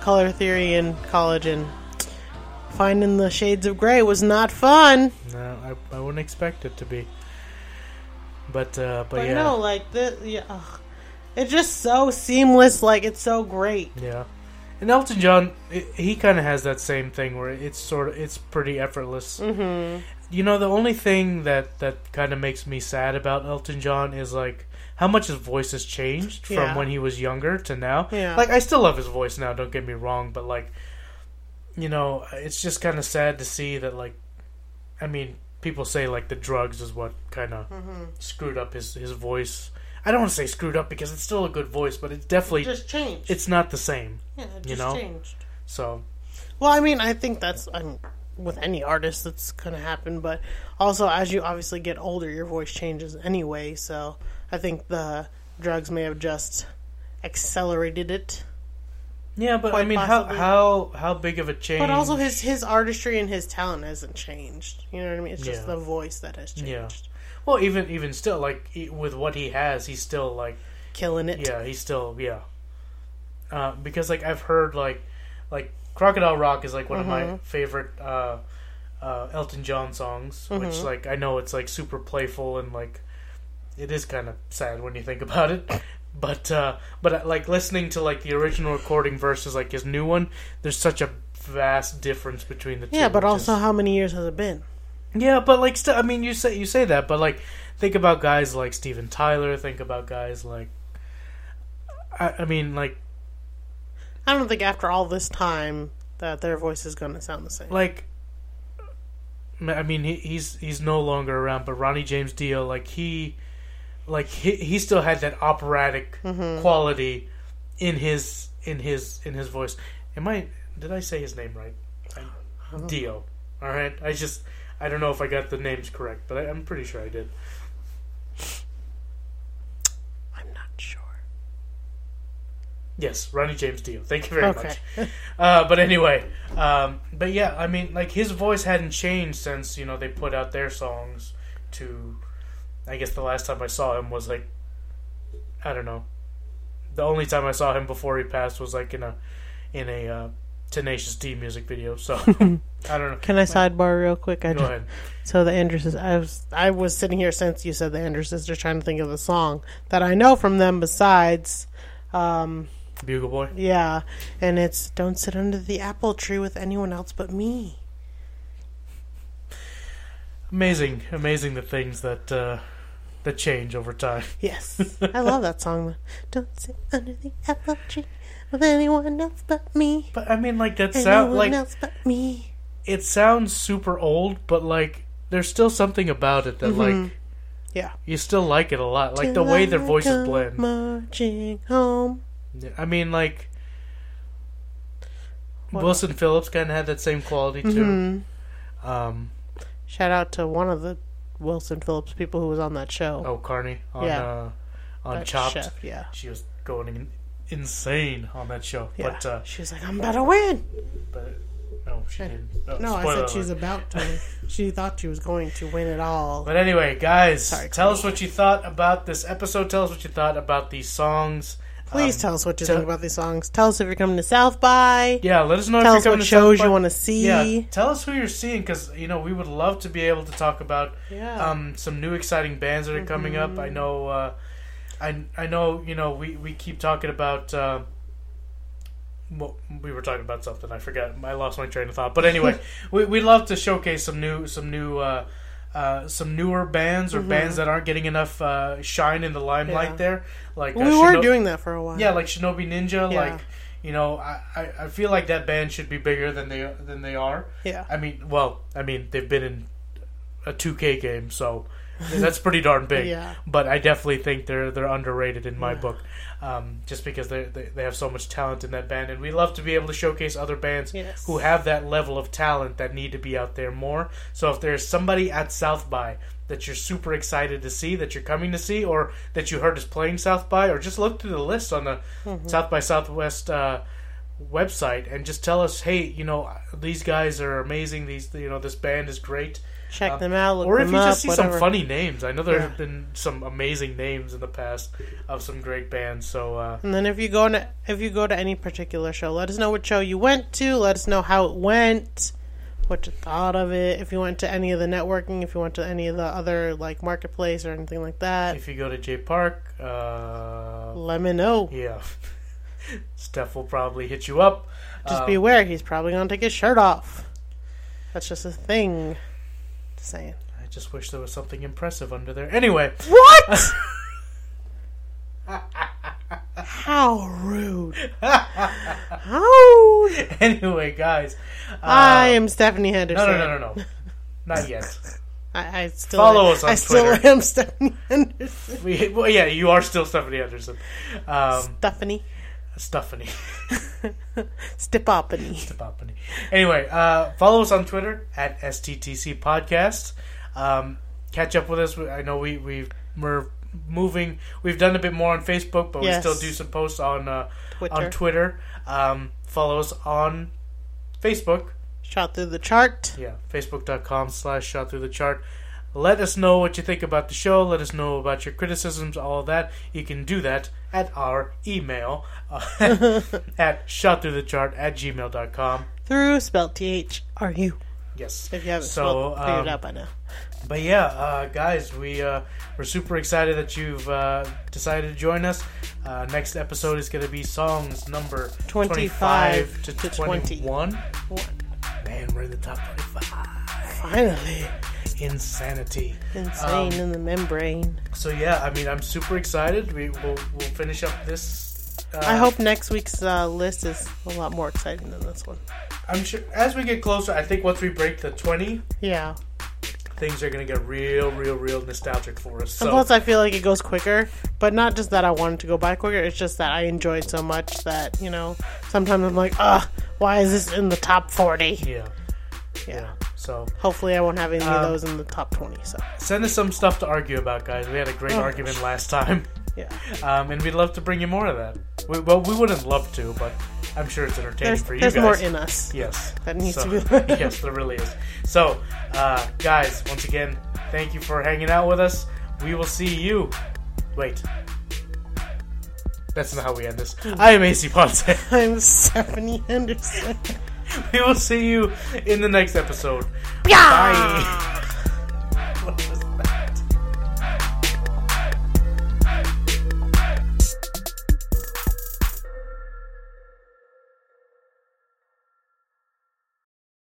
E: color theory in college and finding the shades of gray was not fun.
D: No, I, I wouldn't expect it to be. But uh, but,
E: But
D: yeah,
E: no, like the yeah. ugh. It's just so seamless. Like it's so great.
D: Yeah, and Elton John, i he kind of has that same thing where it's sort of it's pretty effortless. Mm-hmm. You know, the only thing that that kind of makes me sad about Elton John is like how much his voice has changed from
E: Yeah.
D: when he was younger to now.
E: Yeah.
D: Like I still love his voice now. Don't get me wrong, but like, you know, it's just kind of sad to see that. Like, I mean, people say like the drugs is what kind of
E: Mm-hmm.
D: screwed up his his voice. I don't want to say screwed up because it's still a good voice, but it's definitely
E: Just changed.
D: it's not the same.
E: yeah, it just
D: you know?
E: changed.
D: So
E: Well, I mean, I think that's I'm with any artist that's gonna happen. But also, as you obviously get older, your voice changes anyway. So I think the drugs may have just accelerated it.
D: yeah, but I
E: Quite
D: mean, how,
E: possibly.
D: how how big of a change?
E: But also, his his artistry and his talent hasn't changed. You know what I mean? It's just
D: Yeah.
E: the voice that has changed.
D: Yeah. well, even even still, like he, with what he has, he's still like
E: Killing it.
D: yeah, he's still yeah. Uh, because like I've heard like like Crocodile Rock is like one of
E: Mm-hmm.
D: my favorite uh, uh, Elton John songs, which
E: Mm-hmm.
D: like I know it's like super playful and like it is kind of sad when you think about it. But uh, but uh, like listening to like the original recording versus like his new one, there's such a vast difference between the two.
E: Yeah, but
D: which
E: also,
D: is-
E: how many years has it been?
D: yeah, but like, st- I mean, you say you say that, but like, think about guys like Steven Tyler. Think about guys like, I, I mean, like,
E: I don't think after all this time that their voice is going to sound the same.
D: like, I mean, he, he's he's no longer around, but Ronnie James Dio, like he, like he, he still had that operatic quality in his in his in his voice. Am I? Did I say his name right? I'm- Dio. All right. I just I don't know if I got the names correct, but I, I'm pretty sure I did.
E: I'm not sure.
D: Yes, Ronnie James Dio. Thank you very
E: Okay.
D: much. Uh, but anyway, um, but yeah, I mean, like his voice hadn't changed since you know they put out their songs. To, I guess the last time I saw him was like, I don't know. The only time I saw him before he passed was like in a, in a uh, Tenacious D music video. So I don't know.
E: Can I sidebar real quick? I
D: Go ahead.
E: So the Andrew sisters, I was I was sitting here since you said the Andrew sisters, trying to think of the song that I know from them. Besides,
D: Bugle Boy.
E: yeah, and it's "Don't sit under the apple tree with anyone else but me."
D: Amazing, amazing the things that uh, that change over time.
E: Yes, I love that song. Don't sit under the apple tree with anyone else but me.
D: But I mean, like that sound
E: Anyone
D: like
E: else but me.
D: it sounds super old, but like there's still something about it that like
E: Mm-hmm. Yeah,
D: you still like it a lot. Like the way their
E: I
D: voices
E: come
D: blend.
E: Marching home.
D: I mean, like Wilson Phillips kind of had that same quality too.
E: Mm-hmm.
D: Um,
E: Shout out to one of the Wilson Phillips people who was on that show.
D: oh, Carney on
E: Yeah.
D: uh, on
E: That
D: Chopped,
E: chef, yeah.
D: she was going in- insane on that show.
E: Yeah.
D: But, uh,
E: she was like, "I'm about to win."
D: but no, she didn't. Oh,
E: No, I
D: spoiler
E: said she's
D: alert.
E: about to. she thought she was going to win it all.
D: But anyway, guys,
E: Sorry,
D: tell us what you thought about this episode. Tell us what you thought about these songs.
E: Please
D: Um,
E: tell us what you
D: tell-
E: think about these songs. Tell us if you're coming to South by.
D: Yeah, let us know
E: Tell
D: if
E: us
D: you're
E: what
D: coming to
E: shows
D: South
E: you
D: by.
E: want to see.
D: Yeah, tell us who you're seeing because you know we would love to be able to talk about
E: Yeah. Mm-hmm.
D: um, some new exciting bands that are coming up. I know, uh, I I know you know we we keep talking about. Uh, well, we were talking about something. I forgot. I lost my train of thought. But anyway, we we love to showcase some new some new. Uh, uh, some newer bands or bands that aren't getting enough uh, shine in the limelight
E: Mm-hmm. Yeah.
D: there like uh,
E: we were
D: Shino-
E: doing that for a while.
D: yeah, like Shinobi Ninja,
E: Yeah.
D: like you know, I, I, I feel like that band should be bigger than they than they are.
E: Yeah.
D: I mean, well, I mean they've been in a 2K game, so that's pretty darn big.
E: Yeah.
D: But I definitely think they're they're underrated in my book, um, just because they, they they have so much talent in that band, and we love to be able to showcase other bands
E: Yes.
D: who have that level of talent that need to be out there more. So if there's somebody at South by that you're super excited to see, that you're coming to see, or that you heard is playing South by, or just look through the list on the
E: Mm-hmm.
D: South by Southwest. Uh, website and just tell us hey you know these guys are amazing these you know this band is great
E: Check
D: um,
E: them out. Look
D: or if
E: them
D: you
E: up,
D: just see
E: whatever.
D: some funny names i know there have
E: Yeah.
D: been some amazing names in the past of some great bands so uh
E: And then if you go to if you go to any particular show, let us know what show you went to. Let us know how it went. what you thought of it, if you went to any of the networking, if you went to any of the other like marketplace or anything like that.
D: If you go to J Park, uh,
E: Let me know.
D: yeah, Steph will probably hit you up.
E: Just
D: Uh,
E: be aware, he's probably gonna take his shirt off. That's just a thing. Just saying.
D: I just wish there was something impressive under there. Anyway,
E: What? How rude. How rude.
D: anyway, guys.
E: I am Stephanie
D: No,
E: Henderson.
D: Uh, no, no, no, no. Not yet.
E: I, I still
D: Follow us on
E: I still
D: Twitter.
E: am Stephanie Henderson.
D: We, well, yeah, you are still Stephanie Anderson. Um,
E: Stephanie.
D: Stephanie.
E: Stipophany.
D: Stephanie. Anyway, uh, follow us on Twitter at STTC Podcast. Um, catch up with us. I know we, we, we're moving. We've done a bit more on Facebook, but
E: Yes.
D: we still do some posts on, uh,
E: Twitter.
D: on Twitter. Um, follow us on Facebook.
E: Shot through the chart.
D: yeah facebook.com slash shot through the chart let us know what you think about the show let us know about your criticisms all of that you can do that at our email uh, at shot through the chart at gmail.com
E: Through spelled T H R U.
D: yes
E: If you haven't
D: so
E: spelled, figured
D: um,
E: it out by now.
D: but yeah uh, guys we uh, we're super excited that you've uh, decided to join us uh, next episode is going to be songs number
E: 25
D: 25 to,
E: to 20.
D: 21 man we're in the top 25
E: Finally.
D: insanity
E: Insane
D: um,
E: in the membrane.
D: So yeah, I mean, I'm super excited. We will we'll finish up this. Uh,
E: I hope next week's uh, list is a lot more exciting than this one.
D: I'm sure as we get closer, I think once we break the 20,
E: Yeah.
D: things are gonna get real, real, real nostalgic for us. So
E: And plus, I feel like it goes quicker. But not just that I wanted to go by quicker. It's just that I enjoyed so much that you know sometimes I'm like, ugh, why is this in the top forty?
D: yeah, yeah. So
E: Hopefully, I won't have any
D: Um,
E: of those in the top twenty. So
D: send us some stuff to argue about, guys. We had a great
E: Oh.
D: argument last time,
E: yeah,
D: um, and we'd love to bring you more of that. We, well, we wouldn't love to, but I'm sure it's entertaining
E: there's
D: for you
E: there's
D: guys.
E: more in us.
D: Yes.
E: That needs
D: So-
E: to be-
D: yes, there really is. So, uh, guys, once again, thank you for hanging out with us. We will see you. Wait. That's not how we end this.
E: Hmm.
D: I am AC Ponce.
E: I'm Stephanie Henderson.
D: we
E: Ah.
D: will see you in the next episode. Bye. What was that?